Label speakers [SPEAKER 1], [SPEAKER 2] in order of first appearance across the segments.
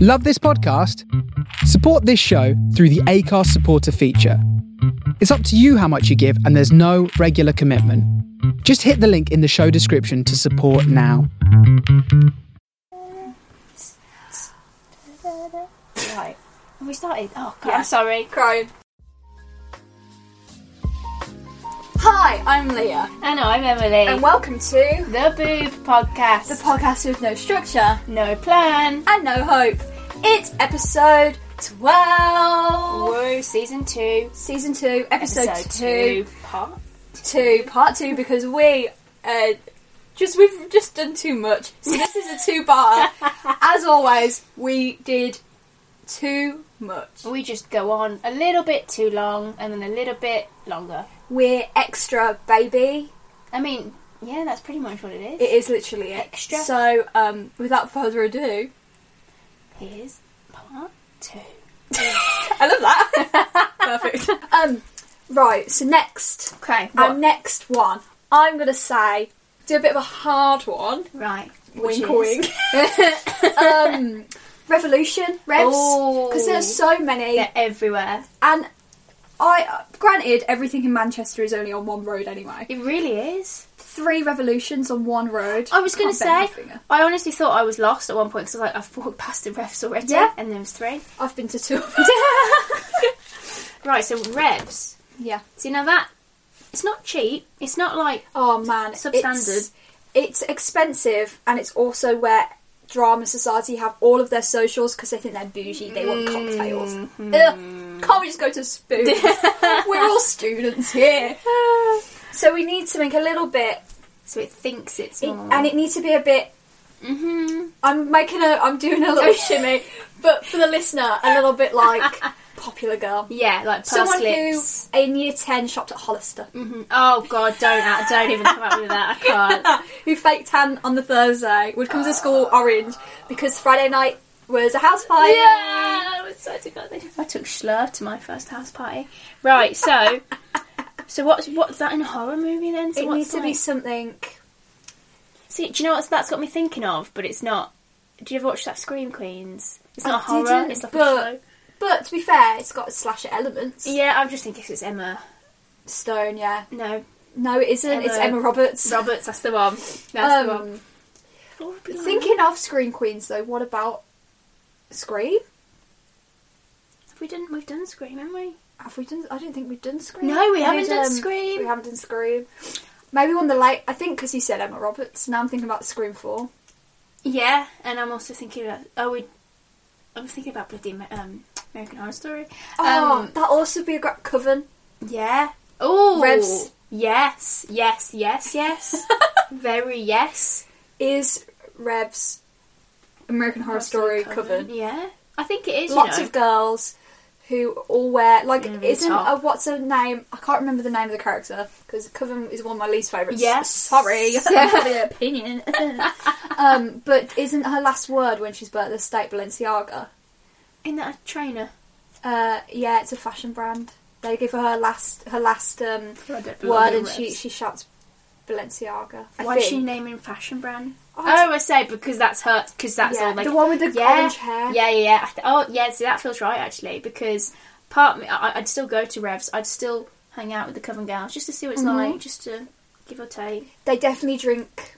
[SPEAKER 1] Love this podcast? Support this show through the ACARS supporter feature. It's up to you how much you give, and there's no regular commitment. Just hit the link in the show description to support now.
[SPEAKER 2] Right. Have we started? Oh, God,
[SPEAKER 3] Yeah.
[SPEAKER 2] I'm sorry.
[SPEAKER 3] crying. Hi, I'm Leah,
[SPEAKER 2] And I'm Emily.
[SPEAKER 3] and welcome to
[SPEAKER 2] the Boob Podcast.
[SPEAKER 3] the podcast with no structure
[SPEAKER 2] no plan.
[SPEAKER 3] and no hope. It's episode 12,
[SPEAKER 2] Woo, season two.
[SPEAKER 3] season 2, episode,
[SPEAKER 2] two. Part.
[SPEAKER 3] 2, part 2, because we, uh, just we've just done too much. So this is a two part. As always, we did too much.
[SPEAKER 2] We just go on a little bit too long and then a little bit longer.
[SPEAKER 3] We're extra, baby.
[SPEAKER 2] I mean, yeah, that's pretty much what it is.
[SPEAKER 3] It is literally it.
[SPEAKER 2] Extra.
[SPEAKER 3] So, um, without further ado,
[SPEAKER 2] Here's part two.
[SPEAKER 3] I love that. Perfect. Um, right. So next,
[SPEAKER 2] Okay.
[SPEAKER 3] our next one, I'm gonna say do a bit of a hard one.
[SPEAKER 2] Right.
[SPEAKER 3] Wink, wink. um, revolution revs
[SPEAKER 2] Oh.
[SPEAKER 3] because there's so many,
[SPEAKER 2] They're everywhere.
[SPEAKER 3] and I granted everything in Manchester is only on one road anyway.
[SPEAKER 2] It really is.
[SPEAKER 3] Three revolutions on one road.
[SPEAKER 2] I was going to
[SPEAKER 3] Can't bend my
[SPEAKER 2] say,
[SPEAKER 3] finger.
[SPEAKER 2] I honestly thought I was lost at one point because I was like, I've walked past the refs already.
[SPEAKER 3] Yeah.
[SPEAKER 2] And there was three.
[SPEAKER 3] I've been to two. of them.
[SPEAKER 2] Right, so revs.
[SPEAKER 3] yeah.
[SPEAKER 2] See, now that, it's not cheap. It's not like,
[SPEAKER 3] Oh man,
[SPEAKER 2] Substandard.
[SPEAKER 3] It's, it's expensive, and it's also where drama society have all of their socials because they think they're bougie. They want cocktails. Ugh, can't we just go to spoons? We're all students here, so we need something a little bit,
[SPEAKER 2] so it thinks it's
[SPEAKER 3] it- mm-hmm.
[SPEAKER 2] more.
[SPEAKER 3] and it needs to be a bit.
[SPEAKER 2] hmm
[SPEAKER 3] I'm making a, I'm doing
[SPEAKER 2] Oh,
[SPEAKER 3] a little shimmy, but for the listener, a little bit like popular girl.
[SPEAKER 2] Yeah, like purse
[SPEAKER 3] Someone
[SPEAKER 2] lips.
[SPEAKER 3] who in year ten shopped at Hollister,
[SPEAKER 2] Mhm. Oh god, don't act- don't even come up with that. I can't.
[SPEAKER 3] who faked tan on the Thursday, would come to school
[SPEAKER 2] Ah.
[SPEAKER 3] orange because Friday night was a house fire.
[SPEAKER 2] yeah, I was so to god. I took Schlur to my first house party. Right, so so what's what's that in a horror movie then? So
[SPEAKER 3] It
[SPEAKER 2] what's
[SPEAKER 3] needs to
[SPEAKER 2] like-
[SPEAKER 3] be something.
[SPEAKER 2] See, do you know what that's got me thinking of? But it's not. Do you ever watch that Scream Queens? It's not
[SPEAKER 3] I
[SPEAKER 2] a horror.
[SPEAKER 3] didn't,
[SPEAKER 2] it's like
[SPEAKER 3] Oh, but-
[SPEAKER 2] a show.
[SPEAKER 3] But to be fair, it's got slasher elements.
[SPEAKER 2] Yeah, I'm just thinking it's Emma.
[SPEAKER 3] Stone, yeah.
[SPEAKER 2] No,
[SPEAKER 3] No, it isn't. It's
[SPEAKER 2] Emma-
[SPEAKER 3] Emma Roberts.
[SPEAKER 2] Roberts. That's the one. That's the one.
[SPEAKER 3] Um,
[SPEAKER 2] Oh, blimey.
[SPEAKER 3] thinking of Scream Queens, though, what about Scream?
[SPEAKER 2] Have we done? We've done Scream, haven't we?
[SPEAKER 3] Have we done? I don't think we've done Scream.
[SPEAKER 2] No, we
[SPEAKER 3] We've um,
[SPEAKER 2] haven't done Scream.
[SPEAKER 3] We haven't done Scream. Maybe one of the late. I think because you said Emma Roberts. Now I'm thinking about Scream Four.
[SPEAKER 2] Yeah, and I'm also thinking about oh we, I'm thinking about bloody Amer- um, American Horror Story.
[SPEAKER 3] Oh,
[SPEAKER 2] Um,
[SPEAKER 3] that also be a great coven.
[SPEAKER 2] Yeah. Oh.
[SPEAKER 3] Revs.
[SPEAKER 2] Yes. Yes. Yes. Yes. Very yes.
[SPEAKER 3] is Rev's American Horror Story coven.
[SPEAKER 2] Yeah. I think it is.
[SPEAKER 3] Lots
[SPEAKER 2] you know.
[SPEAKER 3] of girls who all wear like
[SPEAKER 2] Mm,
[SPEAKER 3] isn't
[SPEAKER 2] top.
[SPEAKER 3] a, what's her name? I can't remember the name of the character because coven is one of my least favourites.
[SPEAKER 2] Yes.
[SPEAKER 3] sorry, the opinion. um, but isn't her last word when she's burnt at the state Balenciaga?
[SPEAKER 2] In that trainer.
[SPEAKER 3] Uh, yeah, it's a fashion brand. They give her her last her last um, word, and she she shouts Balenciaga. I
[SPEAKER 2] Why is she
[SPEAKER 3] think.
[SPEAKER 2] naming fashion brand?
[SPEAKER 3] Oh, I
[SPEAKER 2] Oh, I say because that's her. Because that's
[SPEAKER 3] Yeah,
[SPEAKER 2] all. Like,
[SPEAKER 3] the one with the
[SPEAKER 2] yeah,
[SPEAKER 3] orange hair.
[SPEAKER 2] Yeah, yeah, yeah. I th- oh, yeah. See, that feels right actually. Because part, me, I, I'd still go to Revs. I'd still hang out with the Coven Gals just to see what it's
[SPEAKER 3] Mhm.
[SPEAKER 2] like, just to give or take.
[SPEAKER 3] they definitely drink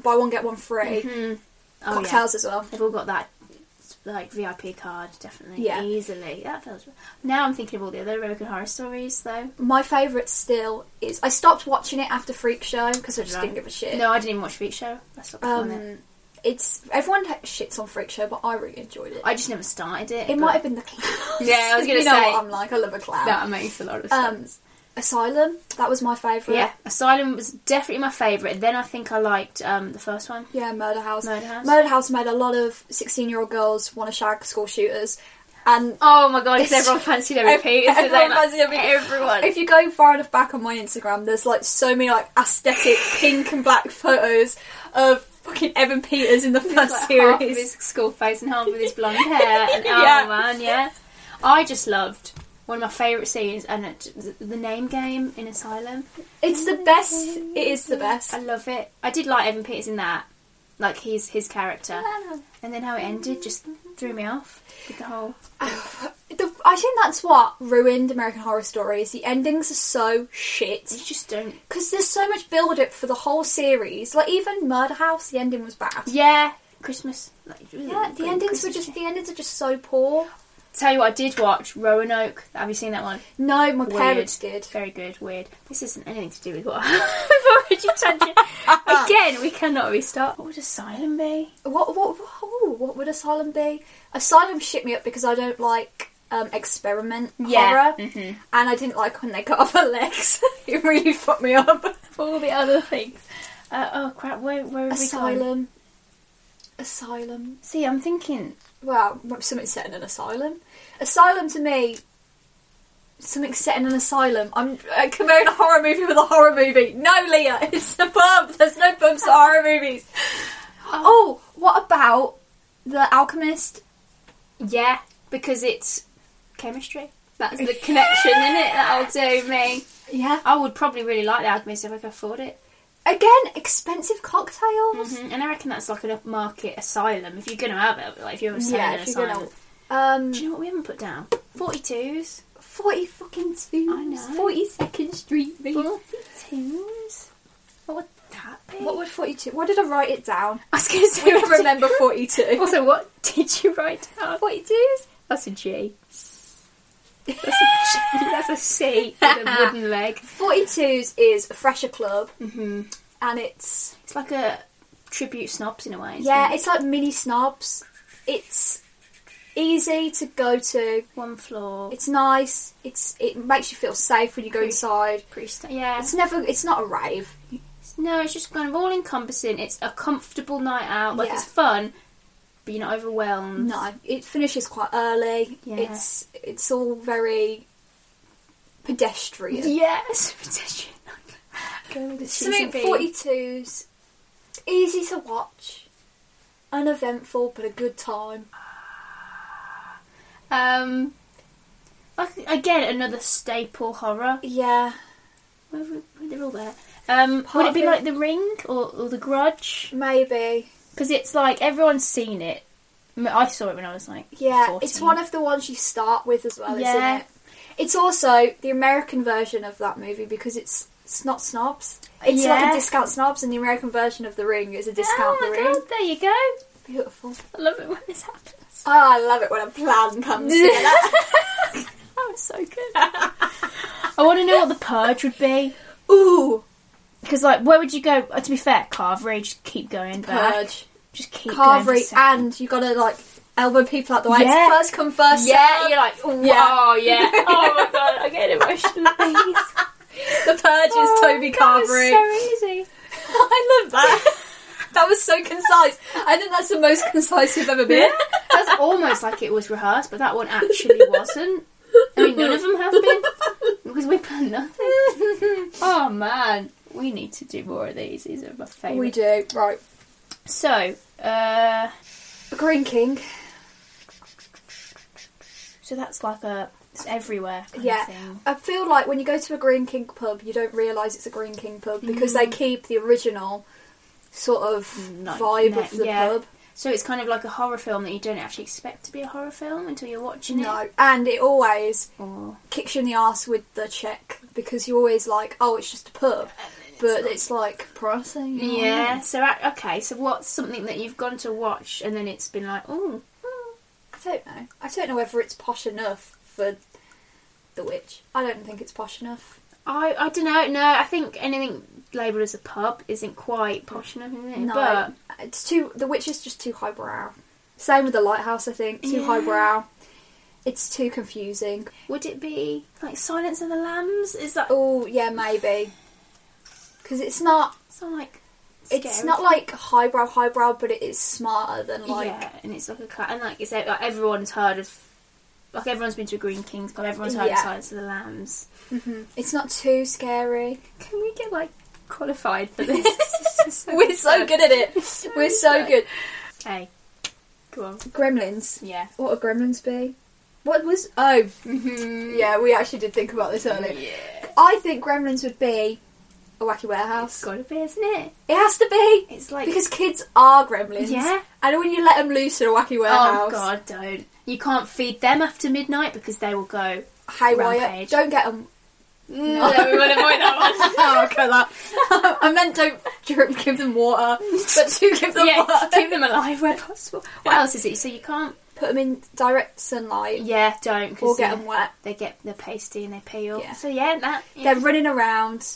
[SPEAKER 3] buy one get one free
[SPEAKER 2] Oh, yeah.
[SPEAKER 3] cocktails as well.
[SPEAKER 2] They've all got that like VIP card, definitely.
[SPEAKER 3] Yeah.
[SPEAKER 2] Easily. That feels. Now I'm thinking of all the other American Horror Stories, though.
[SPEAKER 3] My favourite still is I stopped watching it after Freak Show because I just
[SPEAKER 2] Right.
[SPEAKER 3] didn't give a shit.
[SPEAKER 2] No, I didn't even watch Freak Show. That's not the fun of it.
[SPEAKER 3] um, it's everyone ha- shits on Freak Show, but I really enjoyed it.
[SPEAKER 2] I just never started it.
[SPEAKER 3] it
[SPEAKER 2] but
[SPEAKER 3] might have been the clowns.
[SPEAKER 2] Yeah, I was gonna
[SPEAKER 3] you know
[SPEAKER 2] say.
[SPEAKER 3] what I'm like. I love a clown.
[SPEAKER 2] That makes a lot of
[SPEAKER 3] Um,
[SPEAKER 2] sense.
[SPEAKER 3] Asylum, that was my favourite.
[SPEAKER 2] yeah, Asylum was definitely my favourite. Then I think I liked um, the first one.
[SPEAKER 3] yeah, Murder House.
[SPEAKER 2] Murder House.
[SPEAKER 3] Murder House made a lot of 16 year old girls want to shag school shooters, and
[SPEAKER 2] Oh my god,
[SPEAKER 3] It's-
[SPEAKER 2] because everyone fancied a repeat. so
[SPEAKER 3] everyone
[SPEAKER 2] then, like,
[SPEAKER 3] fancied a repeat.
[SPEAKER 2] Everyone.
[SPEAKER 3] If you go far enough back on my Instagram, there's like so many like aesthetic pink and black photos of fucking Evan Peters in the first
[SPEAKER 2] Like, half with his
[SPEAKER 3] series.
[SPEAKER 2] skull face and half with his blonde hair. And oh
[SPEAKER 3] Yeah.
[SPEAKER 2] man, yeah. I just loved one of my favourite scenes and it, the, the name game in Asylum.
[SPEAKER 3] It's the best. It is the best.
[SPEAKER 2] I love it. I did like Evan Peters in that, like his his character, and then how it ended just threw me off with the whole.
[SPEAKER 3] The, I think that's what ruined American Horror Story is the endings are so shit
[SPEAKER 2] You just don't.
[SPEAKER 3] because there's so much build up for the whole series. Like even Murder House, the ending was bad.
[SPEAKER 2] Yeah, Christmas. Like, really
[SPEAKER 3] Yeah, the
[SPEAKER 2] good
[SPEAKER 3] endings were
[SPEAKER 2] Christmas
[SPEAKER 3] just
[SPEAKER 2] shit.
[SPEAKER 3] the endings are just so poor.
[SPEAKER 2] Tell you what, I did watch Roanoke. Have you seen that one?
[SPEAKER 3] No, my
[SPEAKER 2] Weird.
[SPEAKER 3] parents did.
[SPEAKER 2] Very good. Weird. This isn't anything to do with what we've already tangent. Again, we cannot restart. What would Asylum be?
[SPEAKER 3] What what what, ooh, what would Asylum be? Asylum shit me up because I don't like um, experiment
[SPEAKER 2] Yeah, mm-hmm.
[SPEAKER 3] horror, and I didn't like when they cut off her legs. it really fucked me up.
[SPEAKER 2] All the other things. Uh, oh crap! Where where have we gone?
[SPEAKER 3] Asylum, asylum.
[SPEAKER 2] See, I'm thinking.
[SPEAKER 3] Well, something set in an asylum. Asylum to me, something set in an asylum. I'm uh, comparing a horror movie with a horror movie. No, Leah, it's a bump. There's no bumps to horror movies. Oh, what about the Alchemist?
[SPEAKER 2] Yeah, because it's chemistry. That's the connection, in it? That'll do me.
[SPEAKER 3] Yeah.
[SPEAKER 2] I would probably really like the Alchemist if I could afford it.
[SPEAKER 3] Again, expensive cocktails.
[SPEAKER 2] Mhm, And I reckon that's like an upmarket asylum. If you're gonna have it, like if you're asylum,
[SPEAKER 3] Yeah,
[SPEAKER 2] yeah,
[SPEAKER 3] if you're
[SPEAKER 2] asylum.
[SPEAKER 3] gonna. Um,
[SPEAKER 2] Do you know what we haven't put down? 42s.
[SPEAKER 3] forty fucking
[SPEAKER 2] I
[SPEAKER 3] two.
[SPEAKER 2] know.
[SPEAKER 3] Forty Second Street. baby.
[SPEAKER 2] 42s? What would that be?
[SPEAKER 3] What would forty two? Why did I write it down?
[SPEAKER 2] I was gonna say,
[SPEAKER 3] We remember forty two.
[SPEAKER 2] Also, what did you write down?
[SPEAKER 3] Forty twos.
[SPEAKER 2] That's a G. That's a, G. That's a C with a wooden leg.
[SPEAKER 3] 42s is Fresher Club,
[SPEAKER 2] Mm-hmm.
[SPEAKER 3] and it's
[SPEAKER 2] It's like a tribute snobs in a way. isn't
[SPEAKER 3] yeah,
[SPEAKER 2] it?
[SPEAKER 3] it's like mini snobs. It's easy to go to.
[SPEAKER 2] one floor.
[SPEAKER 3] It's nice. It's it makes you feel safe when you go inside.
[SPEAKER 2] pretty sta- yeah.
[SPEAKER 3] It's never. It's not a rave.
[SPEAKER 2] No, it's just kind of all encompassing. It's a comfortable night out. Like
[SPEAKER 3] Yeah.
[SPEAKER 2] it's fun, but you're not overwhelmed.
[SPEAKER 3] No, it finishes quite early.
[SPEAKER 2] Yeah.
[SPEAKER 3] It's it's all very pedestrian.
[SPEAKER 2] Yes, pedestrian. Go with the cheesy
[SPEAKER 3] Something
[SPEAKER 2] bee.
[SPEAKER 3] 42s, easy to watch, uneventful but a good time.
[SPEAKER 2] Um, like, again, another staple horror.
[SPEAKER 3] Yeah.
[SPEAKER 2] Where have we- They're all there. Um, would
[SPEAKER 3] Part
[SPEAKER 2] it be
[SPEAKER 3] of it-
[SPEAKER 2] like The Ring or, or The Grudge?
[SPEAKER 3] Maybe.
[SPEAKER 2] Because it's like everyone's seen it. I mean, I saw it when I was like
[SPEAKER 3] Yeah,
[SPEAKER 2] 14.
[SPEAKER 3] it's one of the ones you start with as well,
[SPEAKER 2] Yeah.
[SPEAKER 3] isn't it? It's also the American version of that movie because it's it's not snobs. It's like
[SPEAKER 2] Yeah.
[SPEAKER 3] a discount snobs, and the American version of The Ring is a
[SPEAKER 2] Oh
[SPEAKER 3] discount
[SPEAKER 2] my
[SPEAKER 3] The Ring.
[SPEAKER 2] god! There you go. I
[SPEAKER 3] Beautiful.
[SPEAKER 2] love it when this happens.
[SPEAKER 3] Oh, I love it when a plan comes together.
[SPEAKER 2] That was so good. I want to know what the purge would be.
[SPEAKER 3] Ooh,
[SPEAKER 2] Because, like, where would you go? Uh, to be fair, Carvery, just keep going back.
[SPEAKER 3] purge,
[SPEAKER 2] Just keep
[SPEAKER 3] carvery,
[SPEAKER 2] going. for seconds.
[SPEAKER 3] and you gotta like elbow people out the way. It's
[SPEAKER 2] Yeah.
[SPEAKER 3] first come, first
[SPEAKER 2] Yeah,
[SPEAKER 3] serve.
[SPEAKER 2] you're like, oh,
[SPEAKER 3] Yeah.
[SPEAKER 2] wow, yeah. Oh my god, I get emotional. Oh Please.
[SPEAKER 3] The purge Oh, is Toby Carvery.
[SPEAKER 2] That was so easy.
[SPEAKER 3] I love that. that was so concise. I think that's the most concise we've ever been.
[SPEAKER 2] That's almost like it was rehearsed, but that one actually wasn't. I mean, none of them have been. Because we planned nothing. Oh man, we need to do more of these. These are my favourite.
[SPEAKER 3] we do right.
[SPEAKER 2] So, uh,
[SPEAKER 3] Green King.
[SPEAKER 2] so that's like a. It's everywhere. Kind
[SPEAKER 3] Yeah.
[SPEAKER 2] Of thing.
[SPEAKER 3] I feel like when you go to a Green King pub, you don't realise it's a Green King pub because they keep the original sort of
[SPEAKER 2] Like,
[SPEAKER 3] vibe
[SPEAKER 2] ne-
[SPEAKER 3] of the
[SPEAKER 2] yeah.
[SPEAKER 3] pub.
[SPEAKER 2] So it's kind of like a horror film that you don't actually expect to be a horror film until you're watching it.
[SPEAKER 3] No, and it always
[SPEAKER 2] Or
[SPEAKER 3] kicks you in the ass with the check because you're always like, oh, it's just a pub, but it's like pricing.
[SPEAKER 2] Yeah. So a- okay. So what's something that you've gone to watch and then it's been like, oh,
[SPEAKER 3] I don't know. I don't know whether it's posh enough for the witch. I don't think it's posh enough.
[SPEAKER 2] I I don't know. No, I think anything labelled as a pub isn't quite posh enough, is it?
[SPEAKER 3] No,
[SPEAKER 2] But
[SPEAKER 3] it's too. The witch is just too highbrow. Same with the lighthouse. I think too
[SPEAKER 2] Yeah.
[SPEAKER 3] highbrow. It's too confusing.
[SPEAKER 2] would it be like Silence of the Lambs? Is that
[SPEAKER 3] Oh yeah, maybe. Because it's not.
[SPEAKER 2] sound like?
[SPEAKER 3] It's
[SPEAKER 2] scary?
[SPEAKER 3] not like highbrow, highbrow, but it is smarter than like.
[SPEAKER 2] yeah, and it's like a cla- and like it's like everyone's heard of. Like everyone's been to a Green King's Club, everyone's heard of
[SPEAKER 3] Yeah.
[SPEAKER 2] Silence of the Lambs.
[SPEAKER 3] It's not too scary.
[SPEAKER 2] Can we get like qualified for this? This is
[SPEAKER 3] We're so good at it. We're so good.
[SPEAKER 2] Okay, go on.
[SPEAKER 3] Gremlins.
[SPEAKER 2] Yeah.
[SPEAKER 3] What would gremlins be? What was? Oh,
[SPEAKER 2] Mm-hmm.
[SPEAKER 3] yeah. We actually did think about this earlier.
[SPEAKER 2] Yeah.
[SPEAKER 3] I think gremlins would be a wacky warehouse.
[SPEAKER 2] It's gotta be, isn't it?
[SPEAKER 3] It has to be
[SPEAKER 2] It's like
[SPEAKER 3] because kids are gremlins.
[SPEAKER 2] Yeah.
[SPEAKER 3] and when you let them loose in a wacky
[SPEAKER 2] oh
[SPEAKER 3] warehouse,
[SPEAKER 2] god, don't. You can't feed them after midnight because they will go.
[SPEAKER 3] haywire.
[SPEAKER 2] Rampage.
[SPEAKER 3] Don't get them. Mm,
[SPEAKER 2] No, we want to avoid that
[SPEAKER 3] oh, cut that. I meant don't drink, give them water, but do give them
[SPEAKER 2] one. yeah,
[SPEAKER 3] water.
[SPEAKER 2] keep them alive where possible. What else is it? So you can't.
[SPEAKER 3] Put them in direct sunlight
[SPEAKER 2] Yeah, don't. Cause
[SPEAKER 3] or get
[SPEAKER 2] yeah,
[SPEAKER 3] them wet.
[SPEAKER 2] They get they're pasty and they peel.
[SPEAKER 3] Yeah.
[SPEAKER 2] So yeah, that. Yeah.
[SPEAKER 3] They're running around.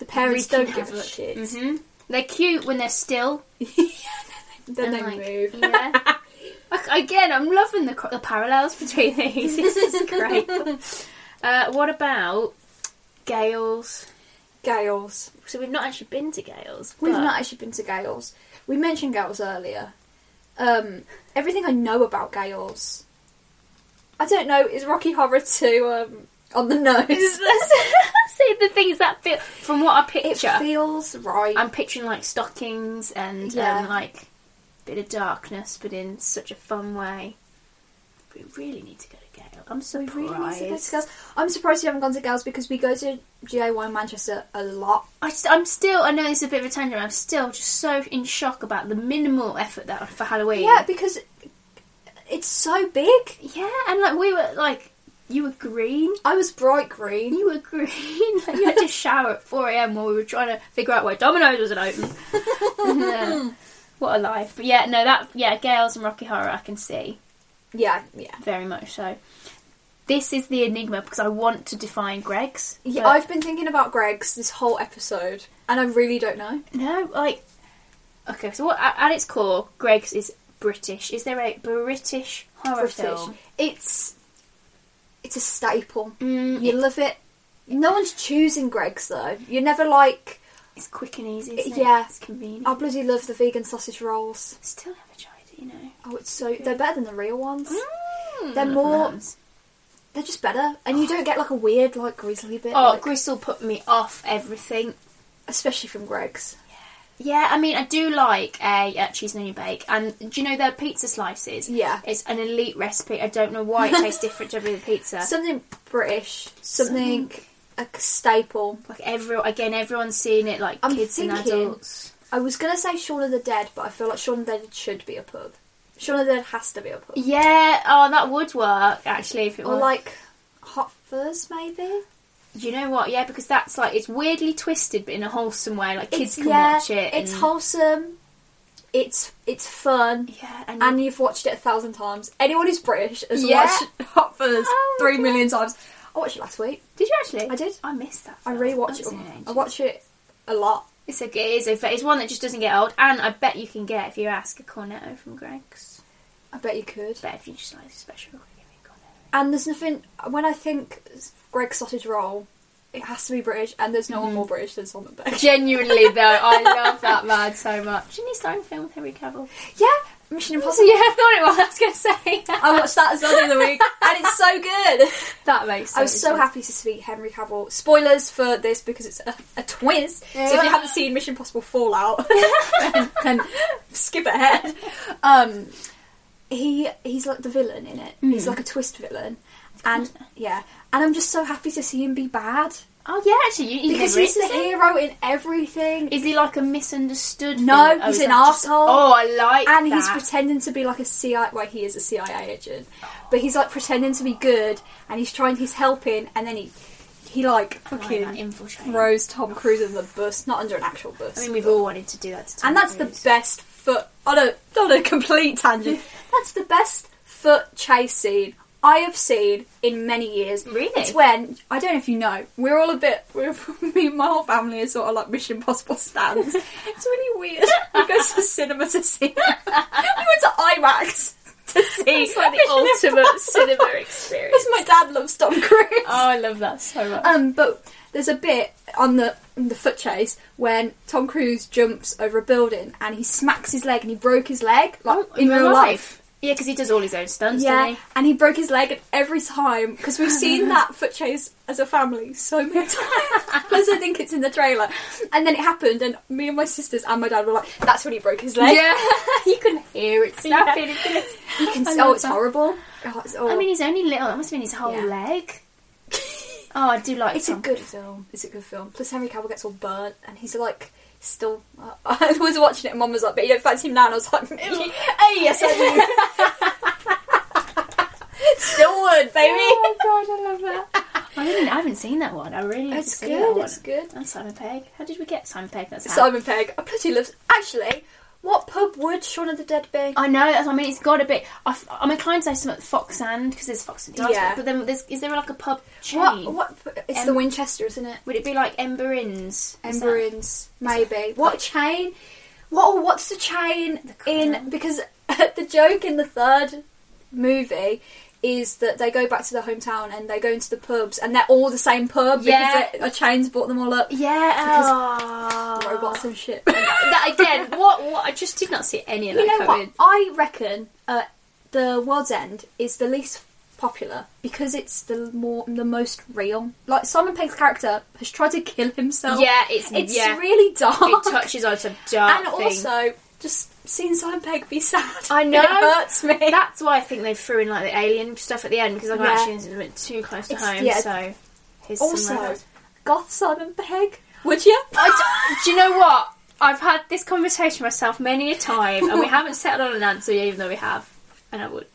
[SPEAKER 3] the parents
[SPEAKER 2] wreaking
[SPEAKER 3] don't give a
[SPEAKER 2] havoc.
[SPEAKER 3] shit.
[SPEAKER 2] hmm They're cute when they're still.
[SPEAKER 3] Then they
[SPEAKER 2] and, like,
[SPEAKER 3] move.
[SPEAKER 2] Yeah. Like, Again, I'm loving the, co- the parallels between these. This is great. Uh, what about Gales?
[SPEAKER 3] Gales.
[SPEAKER 2] So we've not actually been to Gales.
[SPEAKER 3] We've
[SPEAKER 2] but-
[SPEAKER 3] not actually been to Gales. We mentioned Gales earlier. Um, everything I know about Gales, I don't know. Is Rocky Horror Two um, on the nose?
[SPEAKER 2] See the things that feel from what I
[SPEAKER 3] it
[SPEAKER 2] picture.
[SPEAKER 3] feels right.
[SPEAKER 2] I'm picturing like stockings and
[SPEAKER 3] Yeah.
[SPEAKER 2] um, like bit of darkness, but in such a fun way. We really need to go to Gale. I'm
[SPEAKER 3] we
[SPEAKER 2] surprised.
[SPEAKER 3] really need to go to Gales. I'm surprised you haven't gone to Gales because we go to GAY Manchester a lot.
[SPEAKER 2] I am still. I know it's a bit of a tangent. I'm still just so in shock about the minimal effort that for Halloween.
[SPEAKER 3] Yeah, because it's so big.
[SPEAKER 2] yeah, and like we were like. You were green.
[SPEAKER 3] I was bright green.
[SPEAKER 2] You were green. Like, you had to shower at 4 a.m. while we were trying to figure out why Domino's wasn't open. Yeah. What a life. But yeah, no, that, yeah, Gales and Rocky Horror, I can see.
[SPEAKER 3] Yeah, yeah.
[SPEAKER 2] Very much so. This is the enigma because I want to define Greg's.
[SPEAKER 3] Yeah,
[SPEAKER 2] but
[SPEAKER 3] I've been thinking about Greg's this whole episode, and I really don't know.
[SPEAKER 2] No, like. Okay, so what, at at its core, Greg's is British. Is there a British horror film?
[SPEAKER 3] It's it's a staple.
[SPEAKER 2] Mm,
[SPEAKER 3] You love it. No one's choosing Greg's though. You're never like,
[SPEAKER 2] It's quick and easy. Isn't
[SPEAKER 3] Yeah. Uh,
[SPEAKER 2] It? It's convenient.
[SPEAKER 3] I bloody love the vegan sausage rolls.
[SPEAKER 2] Still never tried it, you know.
[SPEAKER 3] Oh, it's so they're better than the real ones.
[SPEAKER 2] Mm,
[SPEAKER 3] They're
[SPEAKER 2] I love
[SPEAKER 3] more-
[SPEAKER 2] those.
[SPEAKER 3] They're just better, and you don't get like a weird like grizzly bit,
[SPEAKER 2] Oh,
[SPEAKER 3] like-
[SPEAKER 2] Gristle put me off everything.
[SPEAKER 3] especially from Greg's.
[SPEAKER 2] Yeah, I mean, I do like a uh, cheese and onion bake, and do you know their pizza slices?
[SPEAKER 3] Yeah.
[SPEAKER 2] It's an elite recipe. I don't know why it tastes different to every other pizza.
[SPEAKER 3] Something British, something, a staple.
[SPEAKER 2] like every again, everyone's seeing it like
[SPEAKER 3] I'm
[SPEAKER 2] kids and
[SPEAKER 3] thinking-
[SPEAKER 2] adults.
[SPEAKER 3] I was gonna say Shaun of the Dead, but I feel like Shaun of the Dead should be a pub. Shaun of the Dead has to be a pub.
[SPEAKER 2] Yeah, oh, that would work actually if it
[SPEAKER 3] Or
[SPEAKER 2] was.
[SPEAKER 3] like Hot Fuzz, maybe.
[SPEAKER 2] you know what? Yeah, because that's like it's weirdly twisted, but in a wholesome way. Like kids
[SPEAKER 3] It's-
[SPEAKER 2] can watch it.
[SPEAKER 3] It's
[SPEAKER 2] and-
[SPEAKER 3] wholesome. It's it's fun,
[SPEAKER 2] Yeah, and,
[SPEAKER 3] and you've watched it a thousand times. Anyone who's British has
[SPEAKER 2] Mm. Yeah.
[SPEAKER 3] watched Hot Fuzz
[SPEAKER 2] Oh my
[SPEAKER 3] three million times. I watched it last week.
[SPEAKER 2] did you actually?
[SPEAKER 3] I did.
[SPEAKER 2] I missed that.
[SPEAKER 3] I
[SPEAKER 2] film.
[SPEAKER 3] rewatched
[SPEAKER 2] That was in
[SPEAKER 3] it. I
[SPEAKER 2] ages.
[SPEAKER 3] watch it a lot.
[SPEAKER 2] It's a, it is a, it's one that just doesn't get old, and I bet you can get if you ask a cornetto from Greg's.
[SPEAKER 3] I bet you could.
[SPEAKER 2] I bet if you just like special, you can get a cornetto.
[SPEAKER 3] And there's nothing when I think Greg sausage roll, it has to be British, and there's no one
[SPEAKER 2] Mm.
[SPEAKER 3] more British than Simon Beck.
[SPEAKER 2] Genuinely though, I love that man so much. Didn't he star in a film with Henry Cavill?
[SPEAKER 3] Yeah, Mission Impossible.
[SPEAKER 2] Yeah, I thought it was. I was going to say
[SPEAKER 3] I watched that as well the other week, and it's so good.
[SPEAKER 2] that makes.
[SPEAKER 3] I was
[SPEAKER 2] sense.
[SPEAKER 3] so happy to see Henry Cavill. Spoilers for this because it's a, a twist. So if you haven't seen Mission Impossible Fallout, then, then skip ahead. Um, he he's like the villain in it. He's like a twist villain, and yeah, and I'm just so happy to see him be bad
[SPEAKER 2] Oh yeah, actually, you, he
[SPEAKER 3] because
[SPEAKER 2] never
[SPEAKER 3] he's
[SPEAKER 2] is,
[SPEAKER 3] the
[SPEAKER 2] is he?
[SPEAKER 3] hero in everything,
[SPEAKER 2] Is he like a misunderstood?
[SPEAKER 3] No,
[SPEAKER 2] villain? Oh,
[SPEAKER 3] he's
[SPEAKER 2] is
[SPEAKER 3] an
[SPEAKER 2] that just-
[SPEAKER 3] arsehole.
[SPEAKER 2] Oh, I like
[SPEAKER 3] and
[SPEAKER 2] that.
[SPEAKER 3] he's pretending to be like a CIA. Well, he is a CIA agent, but he's like pretending to be good, and he's trying. He's helping, and then he he like
[SPEAKER 2] I like that
[SPEAKER 3] fucking.
[SPEAKER 2] infiltrator.
[SPEAKER 3] throws Tom Cruise under the bus, not under an actual bus.
[SPEAKER 2] I mean, we've all wanted to do that. To Tom
[SPEAKER 3] and that's the
[SPEAKER 2] Cruise.
[SPEAKER 3] best foot on a on a complete tangent. that's the best foot chase scene I have seen in many years.
[SPEAKER 2] Really?
[SPEAKER 3] It's when I don't know if you know, we're all a bit we're, me and my whole family are sort of like Mission Impossible stands. it's really weird. We go to the cinema to see it. we went to IMAX to see
[SPEAKER 2] It's like the
[SPEAKER 3] Mission
[SPEAKER 2] ultimate
[SPEAKER 3] Impossible.
[SPEAKER 2] cinema
[SPEAKER 3] Because
[SPEAKER 2] experience.
[SPEAKER 3] my dad loves Tom Cruise.
[SPEAKER 2] Oh, I love that so much.
[SPEAKER 3] Um, but there's a bit on the on the foot chase when Tom Cruise jumps over a building and he smacks his leg and he broke his leg
[SPEAKER 2] Oh,
[SPEAKER 3] like in real life.
[SPEAKER 2] Yeah, because he does all his own stunts,
[SPEAKER 3] Yeah,
[SPEAKER 2] doesn't
[SPEAKER 3] and he broke his leg, and every time because we've seen that foot chase as a family so many times. Plus, I think it's in the trailer, and then it happened, and me and my sisters and my dad were like, "That's when he broke his
[SPEAKER 2] he?
[SPEAKER 3] leg."
[SPEAKER 2] you can hear it snapping.
[SPEAKER 3] you can.
[SPEAKER 2] I
[SPEAKER 3] see-
[SPEAKER 2] love
[SPEAKER 3] Oh, it's
[SPEAKER 2] that.
[SPEAKER 3] horrible. Oh, it's horrible.
[SPEAKER 2] I mean, he's only little. That must have been his whole
[SPEAKER 3] Yeah.
[SPEAKER 2] leg. Oh, I do like
[SPEAKER 3] It's a
[SPEAKER 2] Tom.
[SPEAKER 3] good film. It's a good film. Plus Henry Cavill gets all burnt, and he's like still. I was watching it, and Mum was like, "But you don't fancy him now." And I was like, "Hey, yes, I do." still would, baby.
[SPEAKER 2] Oh my god, I love that. I, didn't, I haven't seen that one. I really need to
[SPEAKER 3] It's
[SPEAKER 2] see that
[SPEAKER 3] good.
[SPEAKER 2] one.
[SPEAKER 3] It's good.
[SPEAKER 2] And Simon Pegg. How did we get Simon Pegg? That's how.
[SPEAKER 3] Simon Pegg. I bloody love. Actually, what pub would Shaun of the Dead be?
[SPEAKER 2] I know. That's, I mean, it's got to be. I, f- I'm inclined to say something Fox and because there's Fox and Dice.
[SPEAKER 3] Yeah.
[SPEAKER 2] But then there's, is there like a pub chain?
[SPEAKER 3] What? What? It's
[SPEAKER 2] Em-
[SPEAKER 3] the Winchester, isn't it?
[SPEAKER 2] Would it be like Ember Inn's? Is
[SPEAKER 3] Ember
[SPEAKER 2] that-
[SPEAKER 3] Inns, maybe. What chain? What? What's the chain in? Because the joke in the third movie is that they go back to their hometown and they go into the pubs and they're all the same pub
[SPEAKER 2] Yeah.
[SPEAKER 3] because they- a chain's bought them all up.
[SPEAKER 2] Yeah. Oh.
[SPEAKER 3] Robots and shit.
[SPEAKER 2] That again. What? What? I just did not see any of that
[SPEAKER 3] you know
[SPEAKER 2] coming.
[SPEAKER 3] what? I reckon uh, the World's End is the least popular because it's the more the most real. Like Simon Pegg's character has tried to kill himself.
[SPEAKER 2] Yeah, it's,
[SPEAKER 3] It's
[SPEAKER 2] yeah.
[SPEAKER 3] really dark.
[SPEAKER 2] it touches on some dark
[SPEAKER 3] and
[SPEAKER 2] things.
[SPEAKER 3] also just seeing Simon Pegg be sad.
[SPEAKER 2] I know.
[SPEAKER 3] it hurts me.
[SPEAKER 2] That's why I think they threw in like the alien stuff at the end because like
[SPEAKER 3] Yeah.
[SPEAKER 2] actually it's a bit too close to
[SPEAKER 3] It's-
[SPEAKER 2] home.
[SPEAKER 3] yeah.
[SPEAKER 2] So here's some
[SPEAKER 3] also,
[SPEAKER 2] reference.
[SPEAKER 3] goth Simon Pegg. Would you?
[SPEAKER 2] I d- do you know what? I've had this conversation myself many a time, and we haven't settled on an answer yet, even though we have. And I would.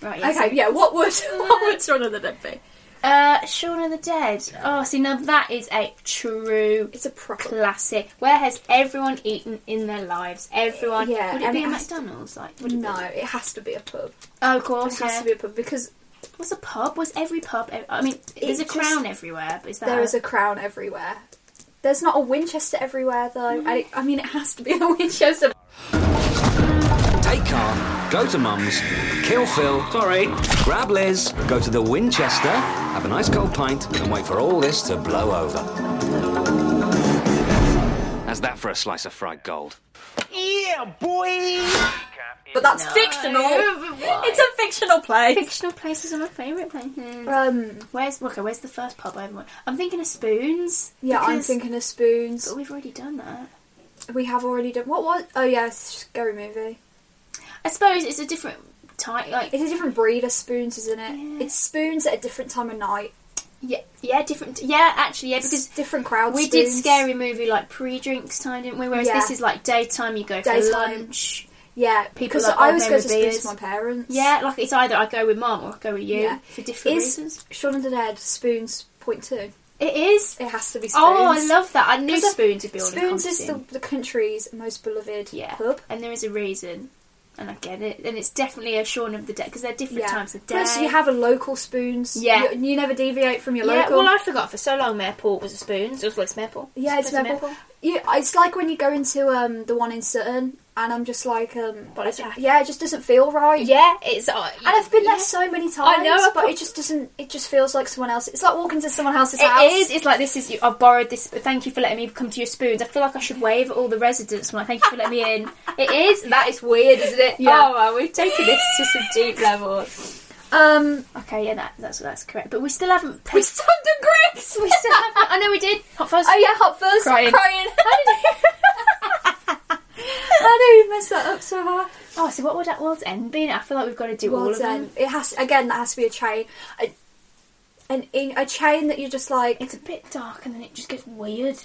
[SPEAKER 2] Right. Yes.
[SPEAKER 3] okay, yeah. What would what would Shaun of the Dead be?
[SPEAKER 2] Uh, Shaun of the Dead. Oh, see now that is a true
[SPEAKER 3] It's a proper.
[SPEAKER 2] classic. Where has everyone eaten in their lives? Everyone.
[SPEAKER 3] Yeah,
[SPEAKER 2] Would it
[SPEAKER 3] and
[SPEAKER 2] be
[SPEAKER 3] it
[SPEAKER 2] a
[SPEAKER 3] has to-
[SPEAKER 2] McDonald's? Like. Would it
[SPEAKER 3] No,
[SPEAKER 2] Be?
[SPEAKER 3] it has to be a pub.
[SPEAKER 2] Oh, of
[SPEAKER 3] It
[SPEAKER 2] course.
[SPEAKER 3] has
[SPEAKER 2] Yeah.
[SPEAKER 3] to be a pub because
[SPEAKER 2] Was a pub? Was every pub? e, I mean, there's a
[SPEAKER 3] just-
[SPEAKER 2] crown everywhere. But is that
[SPEAKER 3] there is a crown everywhere. There's not a Winchester everywhere though. I, I mean, it has to be a Winchester.
[SPEAKER 4] Take car, go to Mum's, kill Phil, sorry, grab Liz, go to the Winchester, have a nice cold pint, and wait for all this to blow over. How's that for a slice of fried gold?
[SPEAKER 3] But that's
[SPEAKER 2] No.
[SPEAKER 3] fictional.
[SPEAKER 2] Why?
[SPEAKER 3] It's a fictional place.
[SPEAKER 2] Fictional places are my favourite places.
[SPEAKER 3] Um,
[SPEAKER 2] Where's okay? Where's the first pub I ever went? I'm thinking of Spoons.
[SPEAKER 3] yeah, I'm
[SPEAKER 2] because-
[SPEAKER 3] thinking of spoons.
[SPEAKER 2] But we've already done that.
[SPEAKER 3] We have already done. What was? Oh yeah, scary movie.
[SPEAKER 2] I suppose it's a different type. Like
[SPEAKER 3] It's a different breed of spoons, isn't it?
[SPEAKER 2] Yeah.
[SPEAKER 3] It's spoons at a different time of night.
[SPEAKER 2] yeah, yeah, different. Yeah, actually, yeah,
[SPEAKER 3] It's
[SPEAKER 2] because
[SPEAKER 3] different crowd.
[SPEAKER 2] we did
[SPEAKER 3] spoons.
[SPEAKER 2] scary movie like pre-drinks time, didn't we? Whereas
[SPEAKER 3] Yeah.
[SPEAKER 2] this is like daytime. You go for
[SPEAKER 3] Daytime.
[SPEAKER 2] lunch.
[SPEAKER 3] Yeah,
[SPEAKER 2] People
[SPEAKER 3] because
[SPEAKER 2] like
[SPEAKER 3] I
[SPEAKER 2] old
[SPEAKER 3] always
[SPEAKER 2] men
[SPEAKER 3] go to
[SPEAKER 2] with
[SPEAKER 3] spoons
[SPEAKER 2] beards.
[SPEAKER 3] with my parents.
[SPEAKER 2] Yeah, like it's either I go with mum or I go with you
[SPEAKER 3] Yeah.
[SPEAKER 2] for different
[SPEAKER 3] Is-
[SPEAKER 2] reasons.
[SPEAKER 3] Shaun of the Dead spoons point two.
[SPEAKER 2] It is.
[SPEAKER 3] It has to be spoons.
[SPEAKER 2] Oh, I love that. I knew
[SPEAKER 3] Because I-
[SPEAKER 2] spoons would be all
[SPEAKER 3] spoons is the,
[SPEAKER 2] encompassing.
[SPEAKER 3] the country's most beloved
[SPEAKER 2] yeah,
[SPEAKER 3] pub.
[SPEAKER 2] and there is a reason, and I get it. And it's definitely a Shaun of the Dead because they're different
[SPEAKER 3] Yeah.
[SPEAKER 2] times of day.
[SPEAKER 3] Plus, you have a local spoons.
[SPEAKER 2] Yeah.
[SPEAKER 3] you, you never deviate from your
[SPEAKER 2] yeah,
[SPEAKER 3] local.
[SPEAKER 2] well, I forgot for so long. Mayport was a spoons. It was like Mayport.
[SPEAKER 3] yeah, it's
[SPEAKER 2] Supposed to
[SPEAKER 3] memorable. You, it's like when you go into um, the one in Sutton, and I'm just like, um,
[SPEAKER 2] But it's-
[SPEAKER 3] yeah, it just doesn't feel right.
[SPEAKER 2] Yeah, it's. Uh,
[SPEAKER 3] And I've been there so many times,
[SPEAKER 2] I know, I've
[SPEAKER 3] but
[SPEAKER 2] got-
[SPEAKER 3] it just doesn't. It just feels like someone else. It's like walking to someone else's house.
[SPEAKER 2] It is. It's like this is. I borrowed this. but Thank you for letting me come to your spoons. I feel like I should wave at all the residents when I thank you for letting me in. It is. That is weird, isn't it?
[SPEAKER 3] Yeah.
[SPEAKER 2] Oh, wow, we've taken this to some deep levels.
[SPEAKER 3] Um,
[SPEAKER 2] Okay, yeah, that, that's that's correct. But we still haven't.
[SPEAKER 3] we
[SPEAKER 2] Paid,
[SPEAKER 3] stunned the Grace.
[SPEAKER 2] we still haven't. I know we did. Hot fuzz.
[SPEAKER 3] Oh yeah, hot first
[SPEAKER 2] Crying.
[SPEAKER 3] crying. I know you messed that up so hard.
[SPEAKER 2] Oh, so what would that world's end be? I feel like we've got to do all
[SPEAKER 3] Well
[SPEAKER 2] of them.
[SPEAKER 3] done. It has again. That has to be a chain. A, an in, a chain that you're just like.
[SPEAKER 2] It's a bit dark, and then it just gets weird.